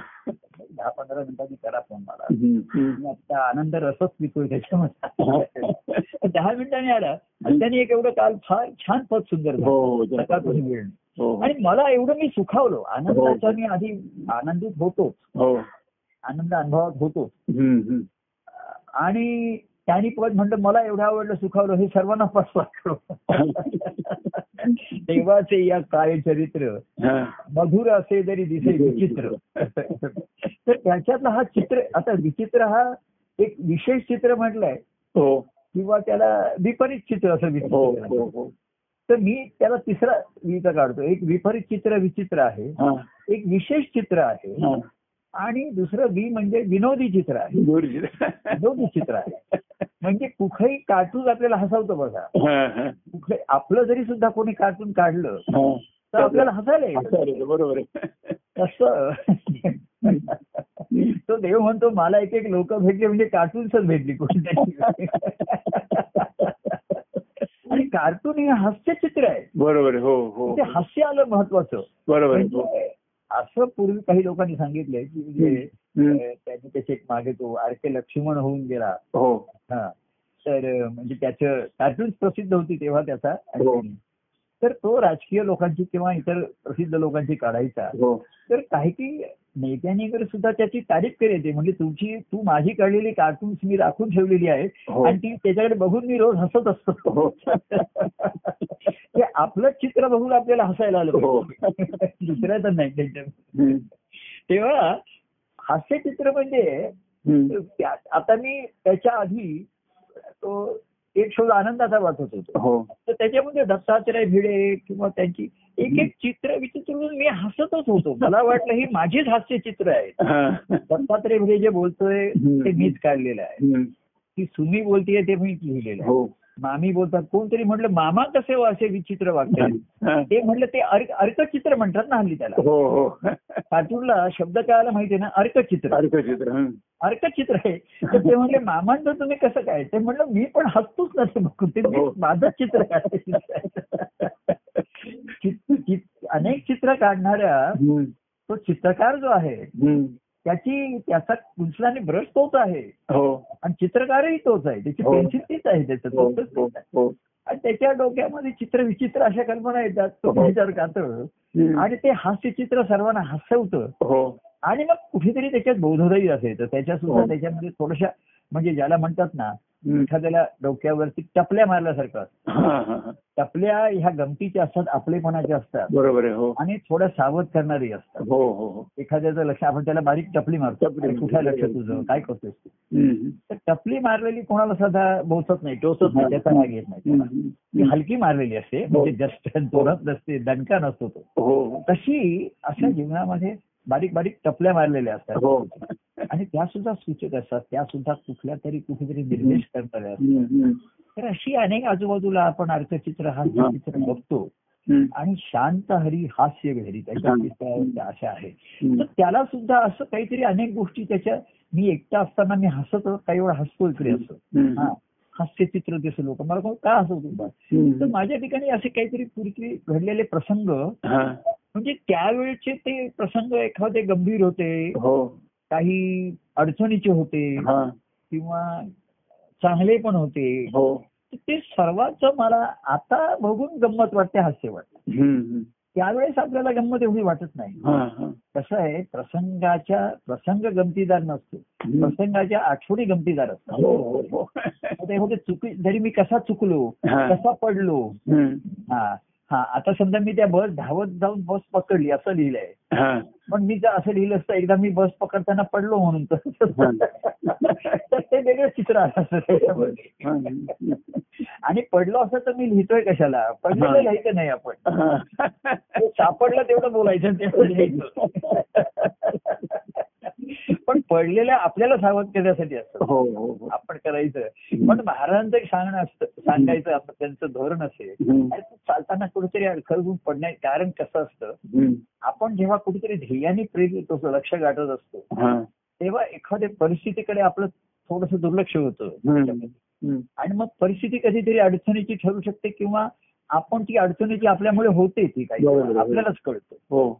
दहा पंधरा मिनिटांनी करा फोन मला
हम्म, हम्म.
मी आता आनंद रसच पितोय
हा.
त्याच्यामध्ये तर दहा मिनिटांनी आला आणि त्यांनी एक एवढं काल फार छान पद सुंदर झालं.
हो हो
सकाळपासून वेळ.
हो
आणि मला एवढं मी सुखावलो आनंदाच्या मी आधी आनंदित होतो
हो
आनंद अनुभवात होतो
हम्म, हम्म.
आणि त्यांनी पद म्हणलं मला एवढं आवडलं सुखावलं हे सर्वांना पसवा करो देवाचे या काय चरित्र
हा.
मधुर असे जरी दिसे विचित्र तर त्याच्यातला हा चित्र आता विचित्र हा एक विशेष चित्र म्हटलंय
हो
किंवा त्याला विपरीत चित्र असं
हो
विचित्र
हो हो
तर मी त्याला तिसरा विचार काढतो एक विपरीत चित्र विचित्र आहे
हा,
एक विशेष चित्र आहे
हा.
आणि दुसरं वि म्हणजे विनोदी चित्र आहे
गुरुजी
विनोदी चित्र आहे म्हणजे कुठेही कार्टून आपल्याला हसवतो बघा
हा, हा.
कुठे आपलं जरी सुद्धा कोणी कार्टून काढलं
हा. हो,
तर आपल्याला हसायला येतं
असं आहे, बरोबर आहे
तसं तो देव म्हणतो मला एक एक लोक भेटले म्हणजे कार्टूनच भेटली कोणत्याही आणि कार्टून हे हास्य चित्र आहे
बरोबर आहे, हो हो
ते हास्य आलं महत्वाचं
बरोबर आहे, हो
म्हणजे असं पूर्वी काही लोकांनी सांगितलंय की म्हणजे
हम्म.
अं, त्यांनी त्याचे एक मागे तो आर के लक्ष्मण होऊन गेला
हो
हा तर अं, म्हणजे त्याचं कार्टून प्रसिद्ध होती तेव्हा त्याचा
हो.
तर तो राजकीय लोकांची किंवा इतर प्रसिद्ध लोकांची काढायचा
हो
तर काही काही नेत्याने वगैरे सुद्धा त्याची तारीफ करायची म्हणजे तुमची तू माझी काढलेली कार्टून्स मी राखून ठेवलेली आहेत
हो
आणि ती त्याच्याकडे बघून मी रोज हसत असतो
हो.
ते आपलंच चित्र बघून आपल्याला हसायला आलं
हो.
पाहिजे. दुसऱ्याचं नाही त्यांच्या
हम्म.
तेव्हा हास्यचित्र म्हणजे
हम्म.
त्या- आता मी त्याच्या आधी तो एक शोध आनंदाचा वाचत होतो
हो
तर त्याच्यामध्ये दत्तात्रय भिडे किंवा त्यांची एक एक चित्र विचित्र बघून मी हसतच होतो मला वाटलं ही माझीच हास्यचित्र आहे
हा.
दत्तात्रय भिडे जे बोलतोय
हम्म.
ते मीच काढलेलं आहे
हम्म.
ती सुमी बोलतीये ते मी लिहिलेलं आहे
हो
मामी बोलतात कोणतरी म्हटलं मामा कसे वा- असे विचित्र वागतात
हा.
ते म्हटलं ते अर्क अर्कचित्र म्हणतात ना हल्ली त्याला
हो हो
कार्टूनला शब्द कळायला माहितीये ना अर्कचित्र
सारखं चित्र हं.
अर्कचित्र आहे तर ते म्हणले मामांचं तुम्ही कसं काय ते म्हणलं मी पण हसतोच नसे बघून ते
हो.
माझं चित्र आहे. चित- चित- अनेक चित्र काढणाऱ्या
हं.
तो चित्रकार जो आहे
हं.
त्याची त्याचा कुंचलाने ब्रश तोच आहे
हो
आणि चित्रकारही तोच आहे त्याची
हो.
पेन्सिल तीच आहे त्याचं
हो
तोच
हो
आहे.
हो
आणि त्याच्या डोक्यामध्ये चित्र विचित्र अशा कल्पना येतात तो
हो.
विचार करतो
हं.
आणि ते हास्यचित्र सर्वांना हसवतं
हो
आणि मग कुठेतरी त्याच्यात बोधोदयी असेल तर त्याच्या सुद्धा
हो.
त्याच्यामध्ये थोड्याशा म्हणजे ज्याला म्हणतात ना
हं.
एखाद्याला डोक्यावरती टपल्या मारल्यासारखं असतं.
हा, हा, हा.
टपल्या ह्या गमतीच्या असतात आपलेपणाच्या असतात
बरोबर आहे हो
आणि थोड्या सावध करणारी असतात
हो हो हो
एखाद्याचं लक्ष आपण त्याला बारीक टपली मारतो
टपली
अरे, कुठे
मारतो.
लक्ष तुझं काय करतोस तू?
हं.
तर टपली मारलेली कोणाला साधा बोचत नाही टोचत नाही त्याचा राग येत नाही कोणाला.
हं.
ती हलकी मारलेली असते म्हणजे जस्ट जोरात नसते दणका नसतो तो
हो
तशी अशा जीवनामध्ये बारीक बारीक टपल्या मारलेल्या असतात
हो
आणि त्या सुद्धा सूचक असतात त्या सुद्धा कुठल्या तरी कुठेतरी निर्देश करणाऱ्या असतात
हं, हं.
तर अशी अनेक आजूबाजूला आपण अर्थचित्र हास्यचित्र बघतो
हं.
आणि शांत हरी हास्य घरी त्याच्या
हं.
चित्रावरती आशा आहे तर
हं.
त्याला सुद्धा असं काहीतरी अनेक गोष्टी त्याच्या मी एकटा असताना मी हसत काही वेळा हसतो इकडे असं
हं.
हा हास्यचित्र दिसलं लोक मला कोण का हसत होता तर
हं.
माझ्या ठिकाणी असे काहीतरी पूर्वी घडलेले प्रसंग
हा.
म्हणजे त्यावेळचे ते प्रसंग एखादे गंभीर होते
हो
काही अडचणीचे होते
हा
किंवा चांगले पण होते
हो
तर ते सर्वांच मला आता बघून गंमत वाटते हास्य वाटते
हं, हं.
त्यावेळेस आपल्याला गंमत एवढी वाटत नाही
हा, हा.
कसं आहे प्रसंगाच्या प्रसंग गमतीदार नसतो
हं.
प्रसंगाच्या आठवणी गमतीदार असतात
हो हो हो
आता एवढे चुकी जरी मी कसा चुकलो
हा.
कसा पडलो
हं.
हा हा आता समजा मी त्या बस धावत जाऊन बस पकडली असं लिहिलंय
हा.
पण मी जर असं लिहिलं असतं एकदा मी बस पकडताना पडलो म्हणून तर तर ते वेगळं चित्र आलं असतं त्याच्यामध्ये.
हा.
आणि पडलो असं तर मी लिहितोय कशाला पडलेलं
हा.
लिहायचं नाही आपण
हा.
ते सापडलं तेवढं बोलायचं आणि तेवढं लिहायचं पण पडलेलं आपल्याला सावध करण्यासाठी असतं
हो हो हो
आपण करायचं पण महाराजांचं एक सांगणं असतं सांगायचं आपण त्यांचं धोरण असेल
हं.
अरे तू चालताना कुठेतरी अडखळून पडण्या कारण कसं असतं
हं.
आपण जेव्हा कुठेतरी ध्येयाने प्रेरित असतो लक्ष गाठत असतो
हा.
तेव्हा एखाद्या परिस्थितीकडे आपलं थोडस दुर्लक्ष होतं
हं. हं.
आणि मग परिस्थिती कधीतरी अडचणीची ठरू शकते किंवा आपण ती अडचणीची आपल्यामुळे होते ती काही
बरोबर, बरोबर.
आपल्यालाच कळतं
हो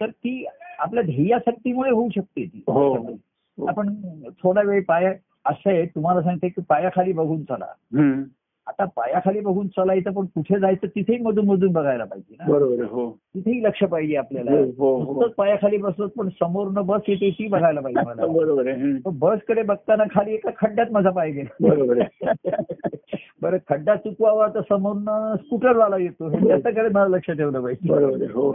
तर ती आपल्या ध्येयासक्तीमुळे होऊ शकते ती
हो. हो.
आपण थोडा वेळ पाया असं आहे तुम्हाला सांगते की पायाखाली बघून चला
हं.
आता पायाखाली बघून चलायचं पण कुठे जायचं तिथेही मधून मधून बघायला पाहिजे ना
बरोबर आहे, हो
तिथेही लक्ष पाहिजे आपल्याला
हो, हो, हो.
नुसतंच पायाखाली बसलोच पण समोरनं बस येते ती बघायला पाहिजे मला
बरोबर आहे हं.
बसकडे बघताना खाली एका खड्ड्यात माझा पाय गेला
बरोबर आहे
बरं खड्डा चुकवावा तर समोरनं स्कूटरवाला येतो हे त्याच्याकडे मला लक्ष ठेवलं पाहिजे
बरोबर आहे हो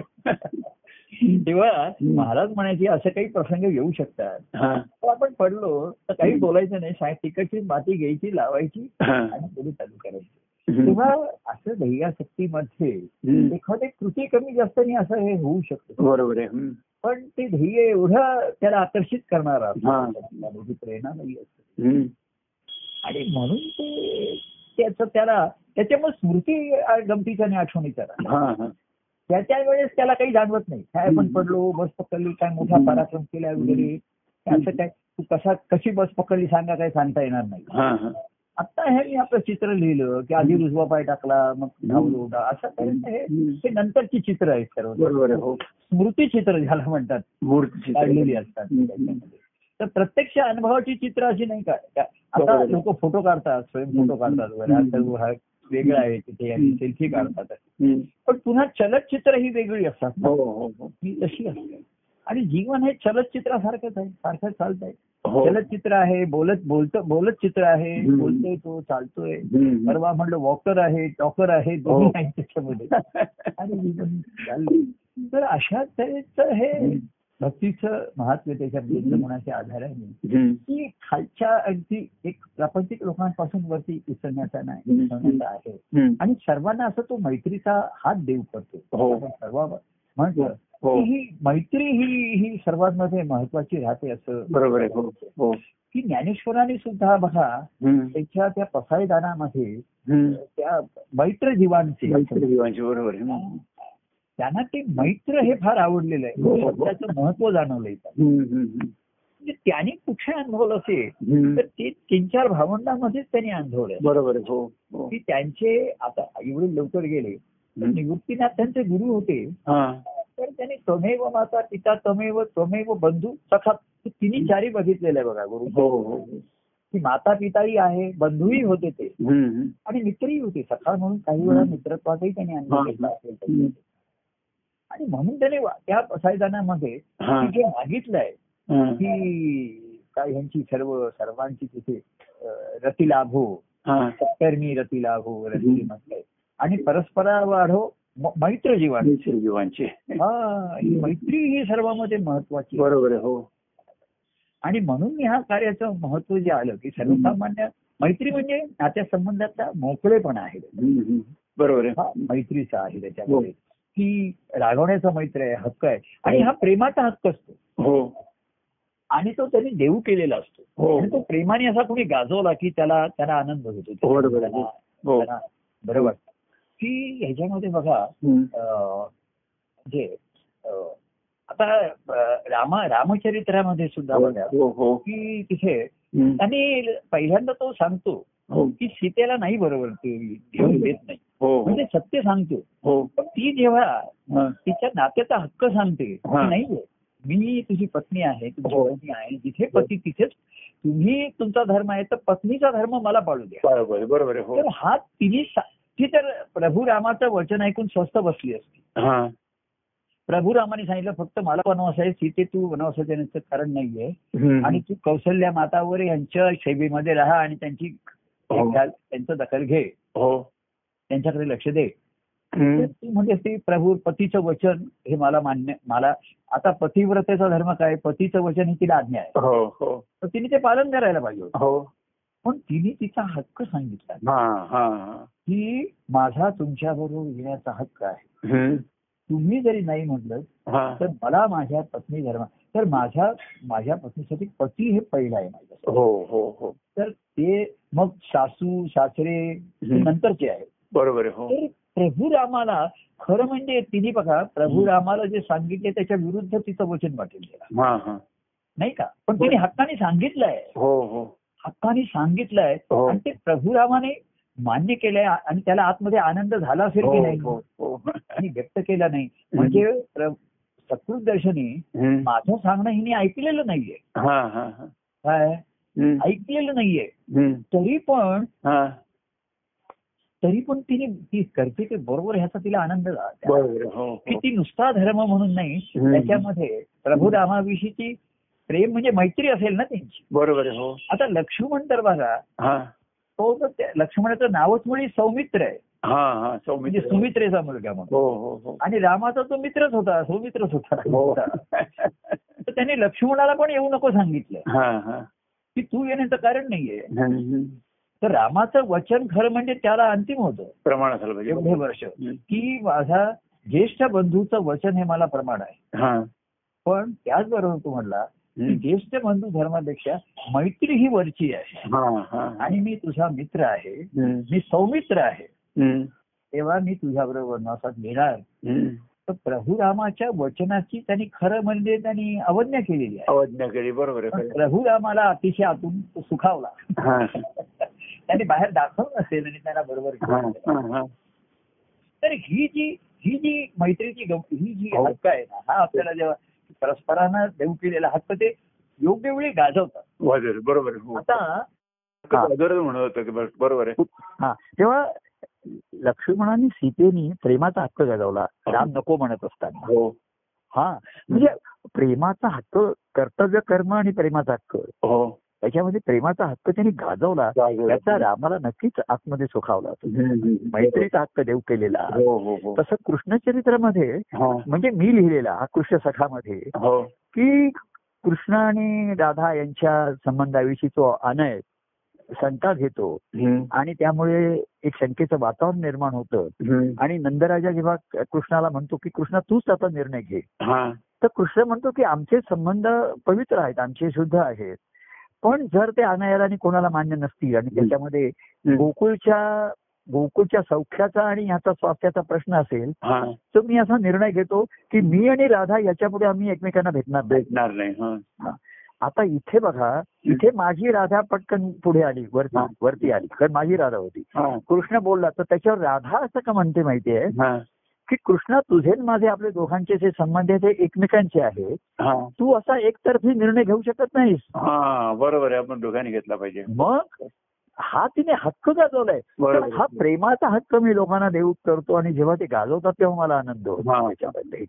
तेव्हा महाराज म्हणायचे असे काही प्रसंग येऊ शकतात
हा
तर आपण पडलो तर काही बोलायचं नाही साहेब तिकडची माती घ्यायची लावायची
हा
आणि पुढे चालू करायची
हं.
तेव्हा असं ध्येयाशक्तीमध्ये
हं.
एखादी कृती कमी जास्त नाही असं हे होऊ शकतं
बरोबर आहे हं.
पण ते ध्येय एवढं त्याला आकर्षित करणार
हा.
प्रेरणा नाही असते
हं.
आणि म्हणून ते त्याचं त्याला त्याच्यामुळे स्मृती आ- गमतीच्या आणि आठवणीच्या राहतात.
हा हा
त्या त्या वेळेस त्याला काही जाणवत नाही काय आपण पडलो बस पकडली काय मोठा
हम्म.
पराक्रम केला वगैरे असं काय तू कसा कशी बस पकडली सांगा काय सांगता येणार नाही
हा हा
आता हे मी आपलं चित्र लिहिलं की आधी रुजवा पाय टाकला मग धावलो उडा. असं पर्यंत हे
हम्म.
हे नंतरची चित्र आहेत सर्व
बरोबर आहे हो
स्मृती चित्र ज्याला म्हणतात
मूर्ती
काढलेली असतात
हम्म.
त्याच्यामध्ये. तर प्रत्यक्ष अनुभवाची चित्र अशी नाही का का-
बरोबर
आता
आहे.
लोक फोटो काढतात स्वयं फोटो
हम्म.
काढतात वगैरे हा सर्व हा वेगळा आहे तिथे आणि
हम्म.
सेल्फी काढतात
हं.
पण पुन्हा चलचित्र ही वेगळी असतात ना.
हो हो हो
ही अशी असतात आणि जीवन हे चलचित्रासारखंच आहे सारखं चालत आहे
हो.
चलचित्र आहे बोलत बोलत बोलत चित्र आहे
हम्म.
बोलतोय तो चालतोय
हम्म.
परवा म्हणलं वॉकर आहे टॉकर आहे दोन्ही
हो.
आहे त्याच्यामध्ये आणि जीवन चाललंय. तर अशा तऱ्हेचं हे भक्तीचं महात्म्य त्याच्या बुद्ध गुणाच्या आधाराने
हम्म.
की खालच्या अगदी एक प्रापंचिक लोकांपासून वरती उसळण्याचा नाही
हम्म.
उसळण्याचा आहे
हम्म.
आणि सर्वांना असं तो मैत्रीचा हात देऊ करतो
हो.
आपण सर्वांवर म्हणतो
हो
की ही मैत्री ही ही सर्वांमध्ये महत्वाची राहते असं
बरोबर आहे हो हो
की ज्ञानेश्वरांनी सुद्धा बघा
हम्म.
त्याच्या त्या पसायदानामध्ये
हम्म.
त्या मैत्र जीवांचे
मैत्री जीवांची बरोबर आहे हम्म.
त्यांना ते मैत्र हे फार आवडलेलं
हो,
आहे
हो.
शब्दाचं महत्व जाणवलं इथं.
हम्म. हम्म.
म्हणजे त्याने कुठे अनुभवलं असेल
हम्म.
तर ते तीन चार भावंडामध्येच त्यांनी अनुभवलं
बरोबर आहे हो हो
की त्यांचे आता एवढे लवकर गेले तर
हम्म.
निवृत्तीनाथ त्यांचे गुरु होते
हा.
तर त्यांनी तमेव माता पिता तमेव तमेव बंधू सखा हे तिन्ही चारी बघितलेलं आहे बघा गुरु
हो हो हो.
की माता पिताही आहे बंधूही होते ते
हम्म.
आणि मित्रही होते सखा म्हणून काही वेळा
हम्म.
मित्रत्वाचाही त्यांनी अनुभव
हा.
घेतला असेल
हम्म.
त्याच्यामध्ये. आणि म्हणून त्याने वा- त्या पसायदानामध्ये
हा.
की जे मागितलंय
हा.
की काय ह्यांची सर्व सर्वांची तिथे अं, रती लाभो
हा.
सत्कर्मी रती लाभो रती
हम्म.
म्हटलंय आणि परस्परा वाढो म- मैत्र जीवन
मैत्री जीवांची
हा ही मैत्री ही सर्वांमध्ये महत्वाची आहे.
बरोबर आहे हो
आणि म्हणून ह्या कार्याचं महत्व जे आलं की सर्वसामान्य मैत्री म्हणजे नात्या संबंधातला मोकळेपणा आहे
हम्म. हम्म. बरोबर आहे
हा मैत्रीचा आहे त्याच्यामध्ये की रागवण्याचा मैत्र आहे हक्क आहे आणि
हो.
हा प्रेमाचा हक्क असतो
हो
आणि तो त्यांनी देऊ केलेला असतो
हो.
आणि तो प्रेमाने असा कोणी गाजवला की त्याला त्याला आनंद होतो
बरोबर आहे.
त्याला-
हो
त्याला- बरोबर की ह्याच्यामध्ये बघा
हम्म.
अं, जे अं, आता अं, रामा रामचरित्रामध्ये सुद्धा बघा
हो हो
की तिथे
हम्म.
आणि पहिल्यांदा तो सांगतो
हो
की सीतेला नाही बरोबर ते घेऊन देत नाही
हो
म्हणजे सत्य सांगतो
हो
पण ती जेव्हा
हा.
तिच्या नात्याचा हक्क सांगते की
हा.
नाही आहे. मी तुझी पत्नी आहे तुझी
हो.
पत्नी आहे जिथे पती तिथेच तुम्ही तुमचा धर्म आहे तर पत्नीचा धर्म मला पाळू द्या
बरोबर आहे, बरोबर आहे
तर
हो
हा तिने सा- ती तर प्रभू रामाचं वचन ऐकून स्वस्त बसली असती
हा
प्रभू रामाने सांगितलं फक्त मला वनवास आहे सीते तू वनवासात येण्याचं कारण नाहीये
हम्म.
आणि तू कौशल्या मातावर यांच्या शैबीमध्ये राहा आणि त्यांची
हो.
घ्या- त्यांचं दखल घे
हो
त्यांच्याकडे लक्ष दे तर
हम्म.
तू म्हणजे ते प्रभू पतीचं वचन हे मला मान्य मला आता पतिव्रतेचा धर्म काय पतीचं वचन ही तिला आज्ञा आहे
हो हो
तर तिने ते पालन करायला पाहिजे होतं.
हो
पण तिने तिचा हक्क सांगितला
हा हा हा.
की माझा तुमच्या बरोबर येण्याचा हक्क आहे
हम्म.
तुम्ही जरी नाही म्हटलं
हा
तर मला माझ्या पत्नी धर्म तर माझ्या माझ्या पत्नीसाठी पती हे पहिला आहे माझ्या
हो हो हो
तर ते मग सासू सासरे हे
हं.
नंतरचे आहे
बरोबर आहे हो
तर प्रभू रामाला खरं म्हणजे तिने बघा प्रभू
हं.
रामाला जे सांगितले त्याच्या विरुद्ध तिचं वचन वाटेल त्याला
हा हा
नाही का पण तिने
हो.
हक्काने सांगितलंय
हो हो
हक्काने सांगितलंय
हो.
आणि ते प्रभू रामाने मान्य केलंय आणि त्याला आतमध्ये आनंद झाला असेल की
हो
नाही
हो हो
आणि व्यक्त केला नाही म्हणजे प्र- सकृत दर्शनी
हम्म.
माझं सांगणं हिने ऐकलेलं नाहीये
हा हा हा
काय
हम्म.
ऐकलेलं नाहीये
हम्म.
तरी पण
हा
तरी पण तिने ती करते ते बरोबर ह्याचा तिला आनंद झाला
बरोबर आहे. हो
की
हो
ती नुसता धर्म म्हणून नाही
हम्म.
त्याच्यामध्ये प्रभू रामाविषयीची प्रेम म्हणजे मैत्री असेल ना त्यांची
बरोबर आहे. हो
आता लक्ष्मण तर बघा
हा
तो तर त्या- लक्ष्मणाचं नावच म्हणजे सौमित्र आहे
हा हा
म्हणजे
सौमित्र
सुमित्रेचा मुलगा म्हणून
हो हो हो
आणि रामाचा तो मित्रच होता सौमित्रच
हो
होता तर त्याने लक्ष्मणाला पण येऊ नको सांगितलं
हा हा
की तू येण्याचं कारण नाहीये
हम्म.
तर रामाचं वचन खरं म्हणजे त्याला अंतिम होतं
प्रमाण असायला
एवढे
पाहिजे
वर्ष
हम्म.
की माझा ज्येष्ठ बंधूचं वचन हे मला प्रमाण आहे
हा
पण त्याचबरोबर तू म्हणला की
हम्म.
ज्येष्ठ बंधू धर्मापेक्षा मैत्री ही वरची आहे
हा हा हा.
आणि मी तुझा मित्र आहे
हम्म.
मी सौमित्र आहे
हम्म.
तेव्हा मी तुझ्याबरोबर वनवासात घेणार
हम्म.
तर प्रभू रामाच्या वचनाची त्यांनी खरं म्हणजे त्यांनी अवज्ञा केलेली आहे
अवज्ञा केली बरोबर आहे
पण
खरं.
प्रभू रामाला अतिशय आतून तो सुखावला
हा
त्याने बाहेर दाखवलं नसेल आणि त्यांना बरोबर
हा
घेऊन गेला.
हा हा.
तर ही जी ही जी मैत्रीची गम- ही जी
हो.
हक्क आहे ना हा आपल्याला जेव्हा परस्परांना देऊ केलेला हक्क ते योग्य वेळी गाजवतात
वाजवेल बरोबर आहे. हो
आता हा.
वाजवलं म्हणत होतं की बर- बरोबर आहे
हा तेव्हा लक्ष्मणाने सीतेनी प्रेमाचा हक्क गाजवला राम नको म्हणत असताना
हो
हा म्हणजे प्रेमाचा हक्क कर्तव्य कर्म आणि प्रेमाचा हक्क
हो
त्याच्यामध्ये प्रेमाचा हक्क त्यांनी गाजवला त्याचा रामाला नक्कीच आतमध्ये सुखावला असेल. मैत्रीचा हक्क देव केलेला
हो हो हो
तसं कृष्णचरित्रामध्ये
हा.
म्हणजे मी लिहिलेला हा कृष्ण सखामध्ये
हो
की कृष्ण आणि राधा यांच्या संबंधाविषयी तो अनय शंका घेतो
हम्म.
आणि त्यामुळे एक शंकेचं वातावरण निर्माण होतं
हम्म.
आणि नंदराजा जेव्हा कृष्णाला म्हणतो की कृष्णा तूच आता निर्णय घे
हा
तर कृष्ण म्हणतो की आमचे संबंध पवित्र आहेत आमचे शुद्ध आहेत पण जर ते अनायाराने कोणाला मान्य नसतील आणि त्याच्यामध्ये गोकुळच्या गोकुळच्या सौख्याचा आणि ह्याचा स्वास्थ्याचा प्रश्न असेल
हा
तर मी असा निर्णय घेतो की मी आणि राधा याच्यापुढे आम्ही एकमेकांना भेटणार नाही
भेटणार नाही हा
आता इथे बघा इथे माझी राधा पटकन पुढे आली
हा.
वरती वरती आली कारण माझी राधा होती
हा
कृष्ण बोलला तर त्याच्यावर राधा असं का म्हणते माहितीये
हा
की कृष्णा तुझे न माझे आपले दोघांचे जे संबंध आहेत ते एकमेकांचे आहेत
हा
तू असा एकतर्फी निर्णय घेऊ शकत नाहीस
हा बरोबर आहे आपण दोघांनी घेतला पाहिजे
मग हा तिने हक्क गाजवलाय
बरोबर.
तर हा प्रेमाचा हक्क मी लोकांना देऊ करतो आणि जेव्हा ते गाजवतात तेव्हा मला आनंद होतो
हा.
त्याच्यामध्ये.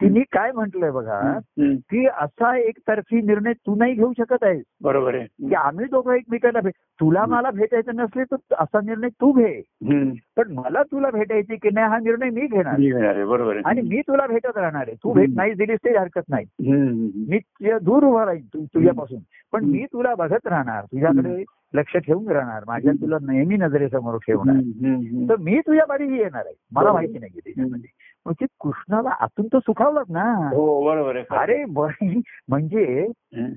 तिने काय म्हटलंय बघा
हम्म.
की असा एकतर्फी निर्णय तू नाही घेऊ शकत आहेस
बरोबर आहे
की आम्ही दोघं एकमेकांना भेट तुला मला भेटायचं नसले तर असा निर्णय तू घे
हम्म.
पण मला तुला भेटायची की नाही हा निर्णय मी घेणार
मी घेणार आहे बरोबर आहे
आणि मी तुला भेटत राहणार आहे तू भेट
हम्म.
नाही दिलीस तरी हरकत नाही
हम्म.
मी तुझ्या दूर उभा राहील तु- तुझ्यापासून पण
हम्म.
मी तुला बघत राहणार तुझ्याकडे लक्ष ठेवून राहणार माझ्या
हम्म.
तुला नेहमी नजरेसमोर ठेवणार
हम्म. हम्म.
तर मी तुझ्या बारीही येणार आहे मला
बरोबर.
माहिती नाही त्याच्यामध्ये मग ते कृष्णाला आतून तर सुखावलाच ना
हो बरोबर आहे
अरे बरं, म्हणजे
हम्म.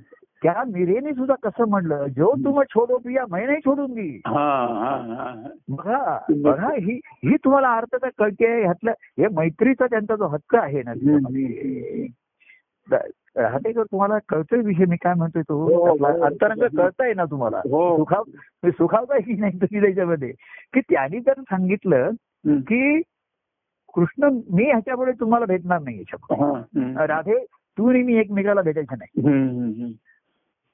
त्या मिरेने सुद्धा कसं म्हणलं जो तुम छोडो पिया मैं नाही छोडून दी
हा हा हा हा.
बघा बघा ही ही तुम्हाला अर्थता कळते ह्यातलं हे मैत्रीचा त्यांचा जो हक्क आहे ना त्याच्यामध्ये. द- राहतेकर तुम्हाला कळतोय विषय मी काय म्हणतोय
हो,
तो
हो.
आपला अंतरंग कळताय ना तुम्हाला
हो.
सुखाव मी सुखावताय की नाही तुम्ही त्याच्यामध्ये की त्यांनी जर सांगितलं
हम्म.
की कृष्ण मी ह्याच्यापुढे तुम्हाला भेटणार नाही ह्याच्यापुढे
हा. हम्म.
राधे तू आणि मी एकमेकाला भेटायचं नाही
हम्म. हम्म.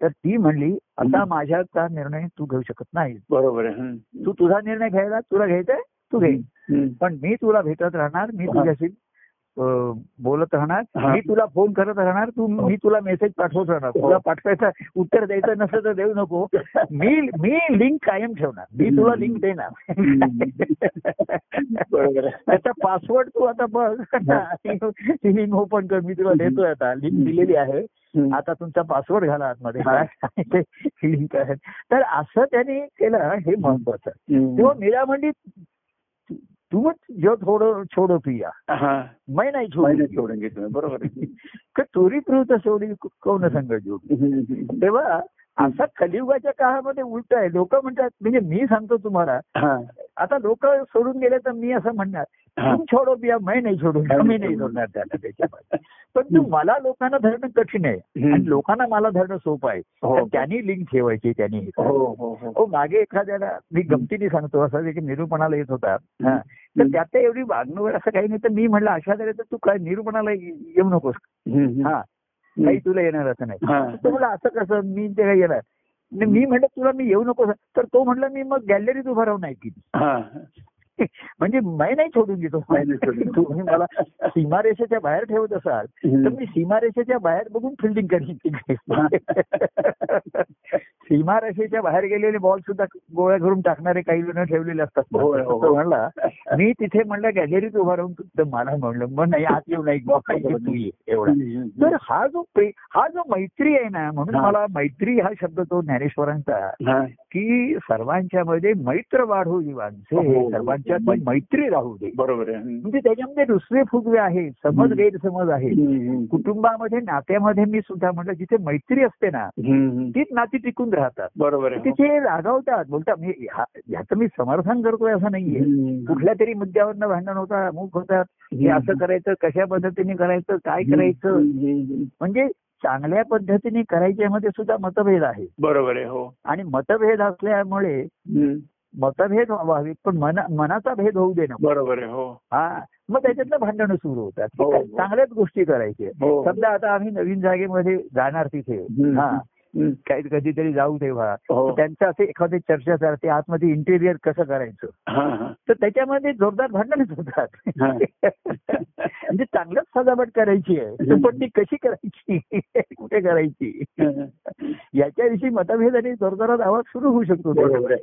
तर ती म्हणली आता माझ्याचा निर्णय तू घेऊ शकत नाही
बरोबर आहे हम्म.
तू तुझा निर्णय घ्यायला तुला घ्यायचाय तू घे
हम्म.
पण मी तुला भेटत राहणार मी
हा.
तुझ्याशी अं, बोलत राहणार
हा.
मी तुला फोन करत राहणार तू मी तुला मेसेज पाठवत राहणार
हो.
तुला पाठवायचा उत्तर द्यायचं नसलं तर देऊ नको मी मी लिंक कायम ठेवणार मी तुला लिंक देणार
बरोबर आहे
त्याचा पासवर्ड तू आता
हो.
बघ ती लिंक ओपन कर मी तुला देतोय आता लिंक दिलेली आहे
हम्म.
आता तुमचा पासवर्ड घाला आतमध्ये
हा.
काय ते लिंक आहे तर असं त्याने केलं हे महत्वाचं तेव्हा मीरा म्हणली तू- तूच जो थोडं छोडो पिया
हा.
मै नाही
महिन्यात
छोडू
सोडून घेतो बरोबर आहे
का तुरी पृत सोडी कोण संग जोडी
हम्म.
तेव्हा असा कलियुगाच्या काळामध्ये उलट आहे लोक म्हणतात म्हणजे मी सांगतो तुम्हाला
हा.
आता लोक सोडून गेले तर मी असं म्हणणार
हा.
तुम छोडो पिया मै नाही सोडू
हा.
मी नाही सोडणार त्याला त्याच्यामध्ये पण तू मला लोकांना धरणं कठीण आहे
हम्म.
आणि लोकांना मला धरणं सोपं आहे
हो.
तर त्यांनी लिंक ठेवायची त्यांनी हे करायचं.
हो हो हो
हो मागे एखाद्याला मी गमतीने सांगतो असं जे की निरूपणाला येत होता हा. तर
हम्म.
त्यात एवढी वागणूक असं काही नाही तर मी म्हणलं अशा तऱ्हेचं तू काय निरूपणाला ये- येऊ नकोस
हम्म.
हा काही तुला येणार असं नाही
हा.
तर तो म्हणला असं कसं मी ते काही येणार आणि मी म्हणलं तुला मी येऊ नकोस तर तो म्हणला मी मग गॅलरीत उभा राहून ऐकीन
हा.
म्हणजे मी नाही सोडून घेतो
नाही, नाही सोडून घेतो.
तुम्ही मला सीमारेषेच्या बाहेर ठेवत असाल तर
हम्म.
मी सीमारेषेच्या बाहेर बघून फिल्डिंग करीन तिकडे सीमारेषेच्या बाहेर गेलेले बॉल सुद्धा गोळ्या करून टाकणारे काही जण ठेवलेले असतात
होय, होय.
तो म्हणला मी तिथे म्हणलं गॅलरीत उभा राहून तर मला म्हणलं मग नाही आत येऊ नाही बॉल तू ये एवढा
हम्म.
तर हा जो प्रे हा जो मैत्री आहे ना म्हणून
हा.
मला मैत्री हा शब्द तो ज्ञानेश्वरांचा
हा.
की सर्वांच्या मध्ये मैत्र वाढू जीवांचे
हो.
सर्वांच्या मैत्री राहू दे
बरोबर आहे हम्म.
म्हणजे त्याच्यामध्ये दुसरे फुगवे आहेत समज
हम्म.
गैरसमज आहे
हम्म.
कुटुंबामध्ये नात्यामध्ये मी सुद्धा म्हटलं जिथे मैत्री असते ना
हम्म. हो.
तीच नाती टिकून राहतात
बरोबर आहे
तिथे रागावतात बोलतात मी ह्या- ह्याचं मी समर्थन करतोय असं नाहीये
हम्म.
कुठल्या तरी मुद्द्यावरनं भांडण होता अमुक होतात हे
हम्म.
असं करायचं कशा पद्धतीने करायचं काय करायचं
हम्म. हम्म.
म्हणजे चांगल्या पद्धतीने करायच्यामध्ये सुद्धा मतभेद आहे
बरोबर आहे हो
आणि मतभेद असल्यामुळे
हम्म.
मतभेद व्हावेत पण मना मनाचा भेद होऊ दे नको
बरोबर आहे हो
हा मग त्याच्यातलं भांडणं सुरू होतात
हो,
की
हो.
चांगल्याच गोष्टी करायच्या
हो
समजा आता आम्ही नवीन जागेमध्ये जाणार तिथे
हम्म.
हा
हम्म.
काही कधीतरी जाऊ तेव्हा
हो
तर त्यांचं असे एखादी चर्चा चालते आतमध्ये इंटेरियर कसं करायचं
हा, हा.
तर त्याच्यामध्ये जोरदार भांडणच होतात
हा.
म्हणजे चांगलंच सजावट करायची आहे
हम्म.
पण ती कशी करायची कुठे करायची
हा.
याच्याविषयी मतभेद आणि जोरदारात आवाज सुरू होऊ शकतो
बरोबर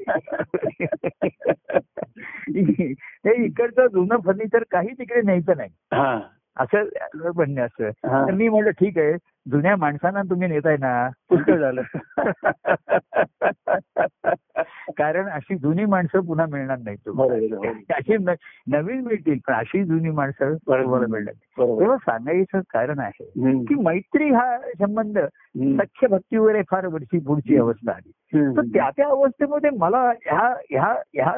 हे इकडचं जुनं फर्निचर काही तिकडे न्यायचं नाही
हा,
असं म्हणणं असं
हा.
तर मी म्हटलं ठीक आहे जुन्या माणसांना तुम्ही नेताय ना पुष्कळ झालं कारण अशी जुनी माणसं पुन्हा मिळणार नाही तुम्हाला
बरोबर हो.
अशी न- नवीन मिळतील पण अशी जुनी माणसं
बरोबर.
तुम्हाला मिळणार नाही.
बरोबर
तेव्हा सांगायचं कारण आहे
हम्म.
की मैत्री हा संबंध
हम्म.
सख्य भक्तीवर आहे फार वरची पुढची अवस्था आली तर
हम्म.
त्या त्या अवस्थेमध्ये मला ह्या ह्या ह्या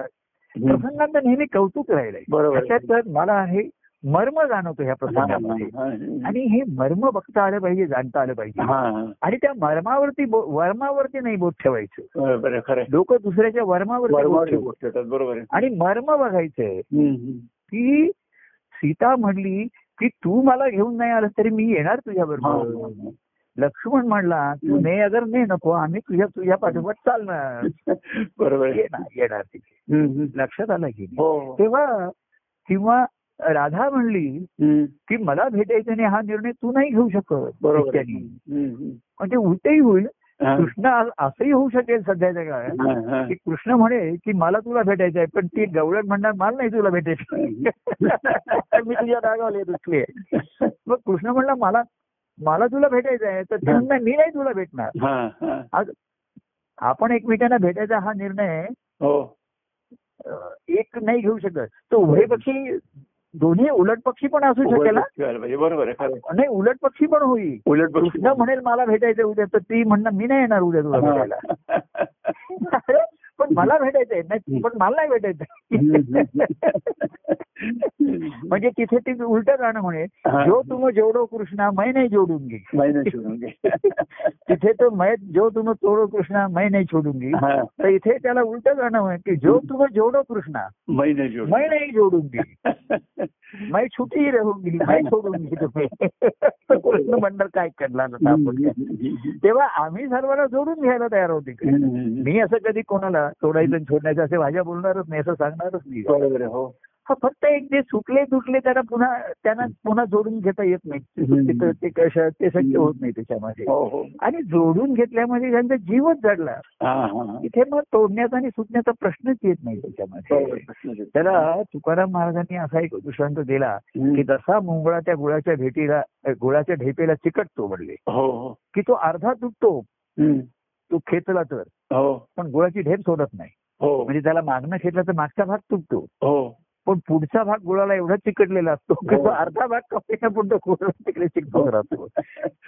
हम्म.
प्रसंगांचं नेहमी कौतुक राहिलंय
बरोबर.
त्याच्यात तर मला हे मर्म जाणवतो ह्या
हा, हा,
प्रसंगामध्ये
हा.
आणि हे मर्म बघता आलं पाहिजे जाणता आलं पाहिजे
हा, हा.
आणि त्या मर्मावरती बो- वर्मावरती नाही बोट ठेवायचं
बरोबर आहे, खरं आहे.
लोक दुसऱ्याच्या वर्मावरती बोट
बरोबर
ठेवतात.
गोष्ट होतात, बरोबर आहे.
आणि मर्म बघायचंय
हम्म, हम्म.
की सीता म्हणली की तू मला घेऊन नाही आलास तरी मी येणार तुझ्या
हा,
बरोबर
हा, हा.
लक्ष्मण म्हणला तू
हो. हम्म.
ने अगर ने नको आम्ही तुझ्या तुझ्या पाठोपाठ चालणार
बरोबर आहे.
येणार येणार तिथे
हम्म, हम्म.
लक्षात आलं की नाही?
हो हो.
तेव्हा किंवा राधा म्हणली
हम्म.
की मला भेटायचं नाही हा निर्णय तू नाही घेऊ शकत
बरोबर आहे.
एकट्याने.
हम्म, हम्म.
म्हणजे उलटही होईल
हा.
कृष्ण आ- असंही होऊ शकेल सध्याच्या काळात
हा, हा.
की कृष्ण म्हणे की मला तुला भेटायचं आहे पण ती गवळण म्हणणार मला नाही तुला भेटायचं मी तुझ्या रागावले दुसले मग कृष्ण म्हणला मला मला तुला भेटायचं आहे तर ती म्हणणार, मी नाही तुला भेटणार
हा, हा.
आपण एकमेकांना भेटायचा हा निर्णय
हो
अं, एक नाही घेऊ शकत तो उभय पक्षी दोन्ही उलट पक्षी पण असू शकेल ना?
उभयपक्षी व्हायला पाहिजे. म्हणजे बरोबर आहे खरं आहे.
नाही उलट पक्षी पण होईल
उलट पक्षी.
कृष्ण म्हणेल मला भेटायचं उद्या तर ती म्हणणार मी नाही येणार उद्या तुला
हा.
भेटायला अरे, पण मला भेटायचंय नाही पण मला नाही भेटायचं म्हणजे तिथे ती उलट गाणं म्हणे
हा.
जो तुम जोडो कृष्णा मै नाही जोडून घे
महिना शिवून घे.
तिथे तो मै जो तुम तोडो कृष्णा मै नाही छोडून घे
हा.
तर इथे त्याला उलट गाणं म्हणे की जो तुम जोडो कृष्णा
महिना शिवून
मै नाही जोडून घे मै छुटी राहून घे मै सोडून घे तुम्ही तर कृष्ण म्हणणार काय करणार आता आपण तेव्हा आम्ही सर्वांना जोडून घ्यायला तयार होते मी असं कधी कोणाला सोडायचं आणि सोडण्याचं असे भाज्या बोलणारच नाही असं सांगणारच नाही
बरोबर आहे, हो
हा फक्त एक जे सुटले तुटले त्यांना पुन्हा त्यांना पुन्हा जोडून घेता येत नाही ते सुटले तर ते कशा ते शक्य होत नाही त्याच्यामध्ये
हो हो
आणि जोडून घेतल्यामध्ये ज्यांचा जीवच जडला
हा हा हा.
तिथे मग तोडण्याचा आणि सुटण्याचा प्रश्नच येत नाही
बरोबर
त्याच्यामध्ये
आहे, प्रश्नच येत नाही.
त्याला तुकाराम महाराजांनी असा एक दृष्टांत दिला की
हम्म.
जसा मुंगळा त्या गुळाच्या भेटीला अ, गुळाच्या ढेपेला चिकटतो म्हणले
हो हो
की तो अर्धा तुटतो
हम्म.
तो खेचला तर
हो
पण गुळाची ढेप सोडत नाही
हो
म्हणजे त्याला मागणं खेचला तर मागचा भाग तुटतो
हो
पण पुढचा भाग गुळाला एवढा चिकटलेला असतो की
हो.
तो अर्धा भाग कपेच्या पुढे गुळाला तिकडे चिकटून राहतो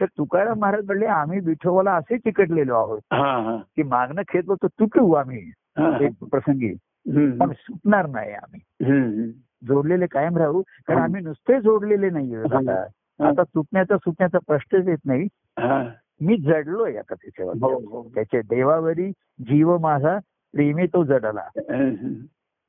तर तुकाराम महाराज म्हणले आम्ही विठोबाला असे चिकटलेलो आहोत
हा हा
की मागणं खेचलो तर तुटू आम्ही
हा हा.
एक प्रसंगी
हम्म.
पण सुटणार नाही आम्ही
हम्म.
जोडलेले कायम राहू कारण
हं.
आम्ही नुसते जोडलेले नाहीये
हं.
आता
हं.
आता तुटण्याचा सुटण्याचा प्रश्नच येत नाही
हा.
मी जडलोय आता
हो
त्याच्यावर
हो
त्याच्या देवावरी जीव माझा प्रेमी तो जडला
हम्म.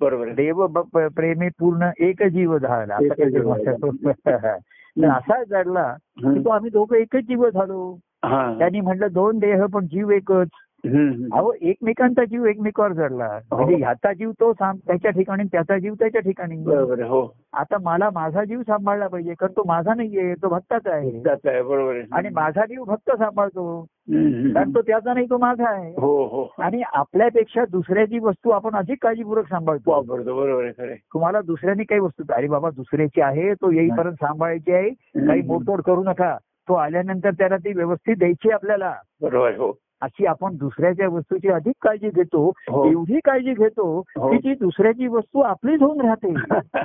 बरोबर आहे.
देव ब- प- प्रेमी पूर्ण एक जीव झाला असं
एक
काहीतरी
जीव झाला.
म्हणतात. तर असा जडला की
हम्म.
तो आम्ही दोघं एकच जीव झालो
हा.
त्यांनी म्हटलं दोन देह पण जीव एकच
हम्म.
अहो एकमेकांचा जीव एकमेकावर जडला म्हणजे
हो.
ह्याचा जीव तो साम- त्याच्या ठिकाणी त्याचा जीव त्याच्या ठिकाणी
बरोबर आहे, हो
आता मला माझा जीव सांभाळला पाहिजे कारण तो माझा नाहीये तो भक्ताचा आहे
जात आहे बरोबर आहे
आणि माझा जीव भक्त सांभाळतो
हम्म.
कारण तो त्याचा नाही तो माझा आहे
हो हो
आणि आपल्यापेक्षा दुसऱ्याची वस्तू आपण अधिक काळजीपूर्वक सांभाळतो
वापरतो बरोबर आहे खरे
तुम्हाला दुसऱ्याने काही वस्तू अरे बाबा दुसऱ्याची आहे तो येईपर्यंत सांभाळायची आहे काही मोडतोड करू नका तो आल्यानंतर त्याला ती व्यवस्थित द्यायची आपल्याला
बरोबर आहे, हो
अशी आपण दुसऱ्याच्या वस्तूची अधिक काळजी घेतो
हो.
एवढी काळजी घेतो
हो.
की ती दुसऱ्याची वस्तू आपलीच होऊन राहते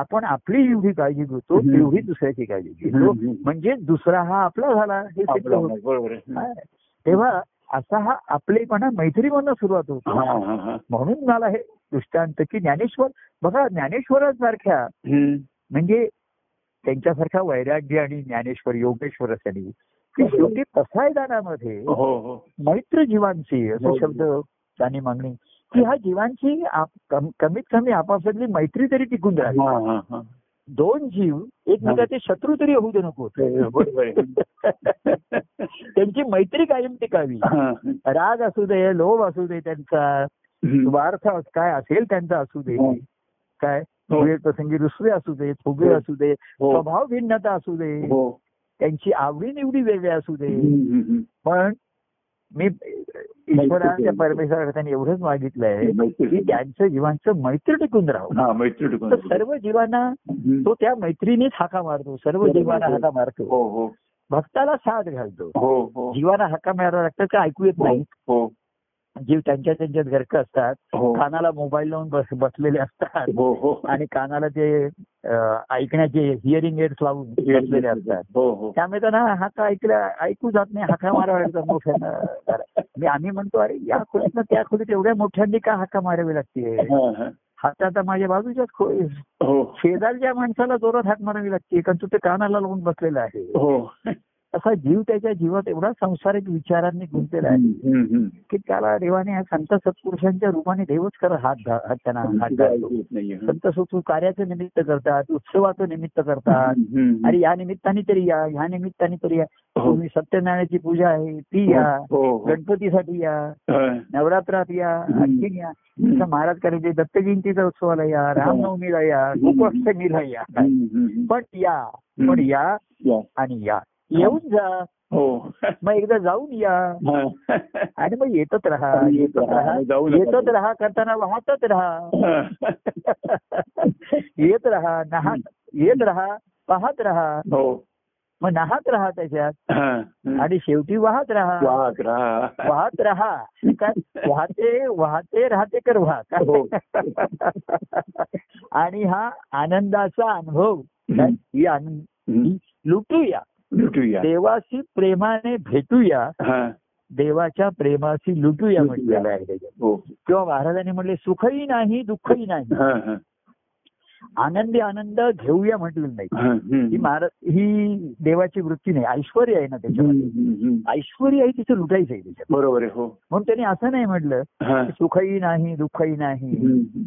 आपण आपली एवढी काळजी घेतो
हम्म.
तेवढी दुसऱ्याची काळजी घेतो
हम्म.
म्हणजे दुसरा हा आपला झाला हे सिद्ध
आपलं
होतं.
होणार, बरोबर आहे
हा. तेव्हा असा हा आपलेपणा मैत्रीपणा सुरुवात होतो
हा हा हा
म्हणून मला हे दृष्टांत की ज्ञानेश्वर बघा ज्ञानेश्वरासारख्या
हम्म.
म्हणजे त्यांच्यासारखा वैराग्य आणि ज्ञानेश्वर योगेश्वर असली की
बरोबर.
शेवटी पसायदानामध्ये
हो हो
मैत्र जीवांची असा
हो.
शब्द त्यांनी मागणी की ह्या जीवांची आप- कम- कमीत कमी आपापसातली मैत्री तरी टिकून राहील
हा हा हा हो.
दोन जीव एकमेकाचे शत्रू तरी होऊ दे नको
बरोबर आहे
त्यांची मैत्री कायम टिकावी
हा.
राग असू दे लोभ असू दे त्यांचा
हम्म.
स्वार्थ अस- काय असेल त्यांचा असू दे
हो.
काय
हो.
वेळ प्रसंगी रुसवे असू दे फुगे
हो.
असू दे
हो.
स्वभाव भिन्नता असू दे
हो.
त्यांची आवडीनिवडी वेगळ्या असू दे
हम्म, हम्म,
पण मी
मैत्री
ईश्वराच्या
टिकून.
परमेश्वराकडे त्यांनी एवढंच मागितलंय
हम्म.
की
मैत्री.
त्यांचं जीवांचं मैत्री टिकून राहावं
हा, मैत्री टिकून
तर
राहू.
सर्व जीवांना
हम्म.
तो त्या मैत्रिणीच हाका मारतो सर्व
बरोबर.
जीवांना हाका मारतो
हो हो
भक्ताला साथ घालतो
हो हो
जीवांना हाका मारायला लागतात का ऐकू येत नाही
हो
जीव त्यांच्या त्यांच्यात घरक असतात
हो
कानाला मोबाईल लावून बस बसलेले असतात
हो हो
आणि कानाला ते अं, ऐकण्याचे हिअरिंग एड्स लावून बसलेले असतात
हो हो
त्यामुळे त्यांना हाका ऐकल्या ऐकू जात नाही हाका माराव्या लागतात मोठ्यानं मी आम्ही म्हणतो अरे या खोलीत त्या खोलीत एवढ्या मोठ्यांनी का हाका मारावी लागते
हा, हा.
हाताचा माझ्या बाजूच्याच खो
हो
शेजारच्या माणसाला जोरात हाक मारावी लागते कारण तो ते कानाला लावून बसलेला आहे
हो
असा जीव त्याच्या जीवात एवढा संसारिक विचारांनी गुंतलेला आहे
हम्म, हम्म.
की त्याला देवाने या संत सत्पुरुषांच्या रूपाने देवच खरं हात घा- हात त्यांना हात घालतो
ऐकू येत नाहीये. हम्म.
संत सुखू कार्याचं निमित्त करतात उत्सवाचं निमित्त करतात
हम्म, हम्म.
अरे या निमित्ताने तरी या ह्या निमित्ताने तरी या
हो.
तुम्ही सत्यनारायणाची पूजा आहे ती या
हो हो
गणपतीसाठी या
हा.
नवरात्रात या
हम्म.
आणखीन या
हम्म. हो.
जसं महाराज करायचे दत्त जयंतीच्या उत्सवाला या रामनवमीला या गोपाष्टमीला या
हम्म, हम्म.
पण या पण या
या.
आणि या येऊन जा
हो
मग एकदा जाऊन या
हा.
आणि मग येतच राहा
आणि येत
येतच
राहा.
राहा
जाऊ नका.
येतच राहा करताना वाहतच राहा येत राहा नाहात येत राहा पाहत राहा
हो
मग नाहात राहा त्याच्यात
हा.
आणि शेवटी वाहत राहा
वाहक राहा.
वाहत राहा काय वाहते वाहते राहते कर वाह
हो.
काय? आणि हा आनंदाचा अनुभव काय? ही आनंद
हम्म.
लुटूया
भेटूया
देवाशी प्रेमाने भेटूया
हा.
देवाच्या प्रेमाशी लुटूया म्हटलेलं आहे त्याच्यात.
हो
किंवा महाराजांनी म्हटले सुखही नाही दुःखही नाही
हा, हा.
आनंदी आनंद घेऊया म्हटलं नाही
हा. हम्म.
ही महाराज ही देवाची वृत्ती नाही ऐश्वर आहे ना त्याच्यामध्ये
हम्म, हम्म, हम्म.
ऐश्वर आहे तिचं लुटायचं आहे त्याच्यात
बरोबर आहे हो
म्हणून त्याने असं नाही म्हटलं
हा.
की सुखही नाही दुःखही नाही
हम्म.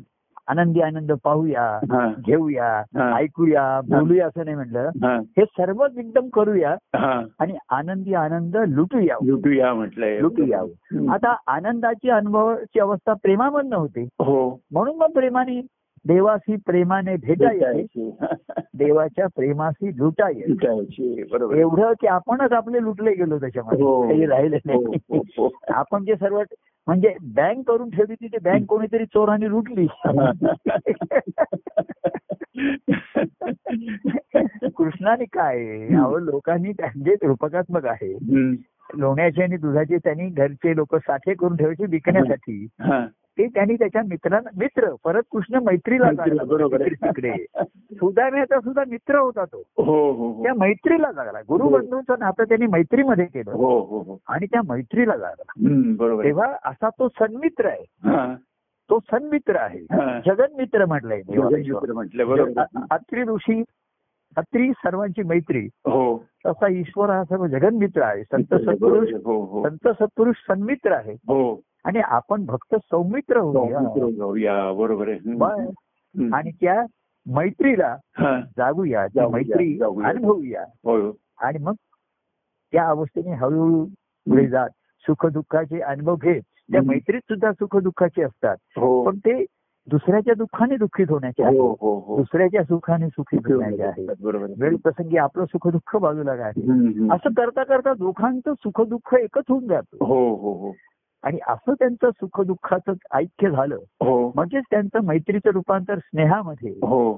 आनंदी आनंद पाहूया
हा.
घेऊया
हा.
ऐकूया बोलूया असं नाही म्हटलं
हा.
हे सर्व एकदम करूया
हा.
आणि आनंदी आनंद लुटूया
लुटूया म्हटलंय
लुटूया
हम्म.
आता आनंदाची अनुभवाची अवस्था प्रेमामधनं होते
हो
म्हणून मग प्रेमाने देवाशी प्रेमाने भेटा येते
लुटायचे. हा.
देवाच्या प्रेमाशी लुटा येते
लुटायचे बरोबर आहे.
एवढं की आपणच आपले लुटले गेलो त्याच्यामध्ये
हो.
काही राहिले
हो,
नाही
हो,
आपण जे सर्व म्हणजे बँक करून ठेवली होती ती बँक कोणीतरी चोराने लुटली
हो.
कृष्णाने काय अहो लोकांनी म्हणजे रूपकात्मक आहे
हम्म.
लोण्याचे आणि दुधाचे त्यांनी घरचे लोक साठे करून ठेवायचे विकण्यासाठी
हा.
ते त्यांनी त्याच्या मित्रांना मित्र परत कृष्ण मैत्रीला
मैत्रीला,
लागला
बरोबर आहे.
तिकडे सुदाम्याचा सुद्धा मित्र होता तो
हो हो हो
त्या मैत्रीला लागला गुरुबंधूंचं नातं त्यांनी मैत्रीमध्ये केलं
हो हो हो
आणि त्या मैत्रीला लागला
हम्म, बरोबर आहे.
तेव्हा असा तो सन्मित्र आहे
हा.
तो सन्मित्र आहे
हा.
जगनमित्र म्हटलंय
जगतमित्र म्हटलं बरोबर आहे.
अत्री ऋषी अत्री सर्वांची मैत्री
हो
तसा ईश्वर हा सर्व जगनमित्र आहे संत
बरोबर
सत्पुरुष
आहे. हो हो
संत सत्पुरुष सन्मित्र आहे
हो
आणि आपण भक्त सौमित्र होऊया
जगतमित्र जाऊया बरोबर आहे हम्म.
बस.
हम्म.
हो, आणि त्या मैत्रीला
हा.
जागूया ती
जागूया,
मैत्री
जागूया.
अनुभवूया
हो
आणि मग त्या अवस्थेने हळूहळू पुढे जात सुख दुःखाचे अनुभव घेत त्या
हम्म.
मैत्रीत सुद्धा सुख दुःखाचे असतात
हो
पण ते दुसऱ्याच्या दुःखाने दुःखीत होण्याचे आहे.
हो हो हो
दुसऱ्याच्या सुखाने सुखीत होण्याचे आहे
बरोबर आहे.
वेळ प्रसंगी आपलं सुख दुःख बाजूला घाले
हम्म, हम्म.
असं करता करता दोघांचं सुख दुःख एकच होऊन जातं
हो हो हो
आणि असं त्यांचं सुख दुःखाचं ऐक्य झालं
हो
म्हणजेच त्यांचं मैत्रीचं रूपांतर स्नेहामध्ये
हो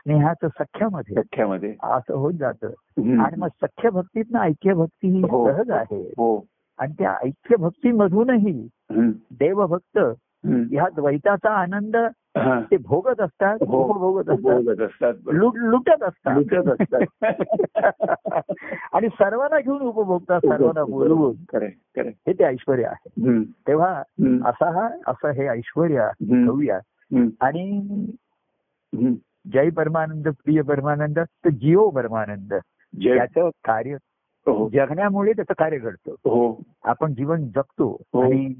स्नेहाचं सख्यामध्ये
सख्यामध्ये
असं होत जातं
हम्म.
आणि मग सख्य भक्तीतनं ऐक्य भक्ती ही
हो.
सहज आहे
हो
आणि त्या ऐक्य भक्तीमधूनही
हम्म.
देवभक्त
हम्म.
ह्या द्वैताचा आनंद
हा.
ते भोगत असतात
हो.
उपभोगत असतात
बोलत असतात
लुट लुटत
लुटत
असतात आणि सर्वांना घेऊन उपभोगतात सर्वांना बोलवून
खरे खरे
हे ते ऐश्वर आहे तेव्हा असा हा असं हे ऐश्वर घेऊया आणि जय परमानंद प्रिय परमानंद तर जीव परमानंद
जय
याचं कार्य
हो
जगण्यामुळे त्याचं कार्य घडतं
हो
आपण जीवन जगतो
हो.
आणि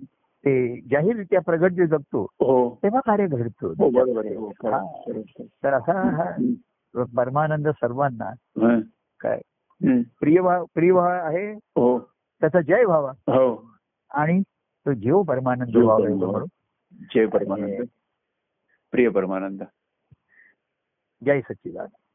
ते जाहीररित्या प्रगट जे जगतो
हो
तेव्हा कार्य घडतो
हो बरोबर आहे हो खरं,
हा.
खरं, खरं.
तर असा हा
हम्म.
परमानंद सर्वांना
हा.
काय
हम्म.
प्रिय भा- प्रिय भा- आहे
हो
त्याचा जय व्हावा
हो
आणि तो जीव परमानंद
जीव
व्हावा
परमानंद.
एवढं म्हणून
जय परमानंद प्रिय परमानंद
जय सच्चिदानंद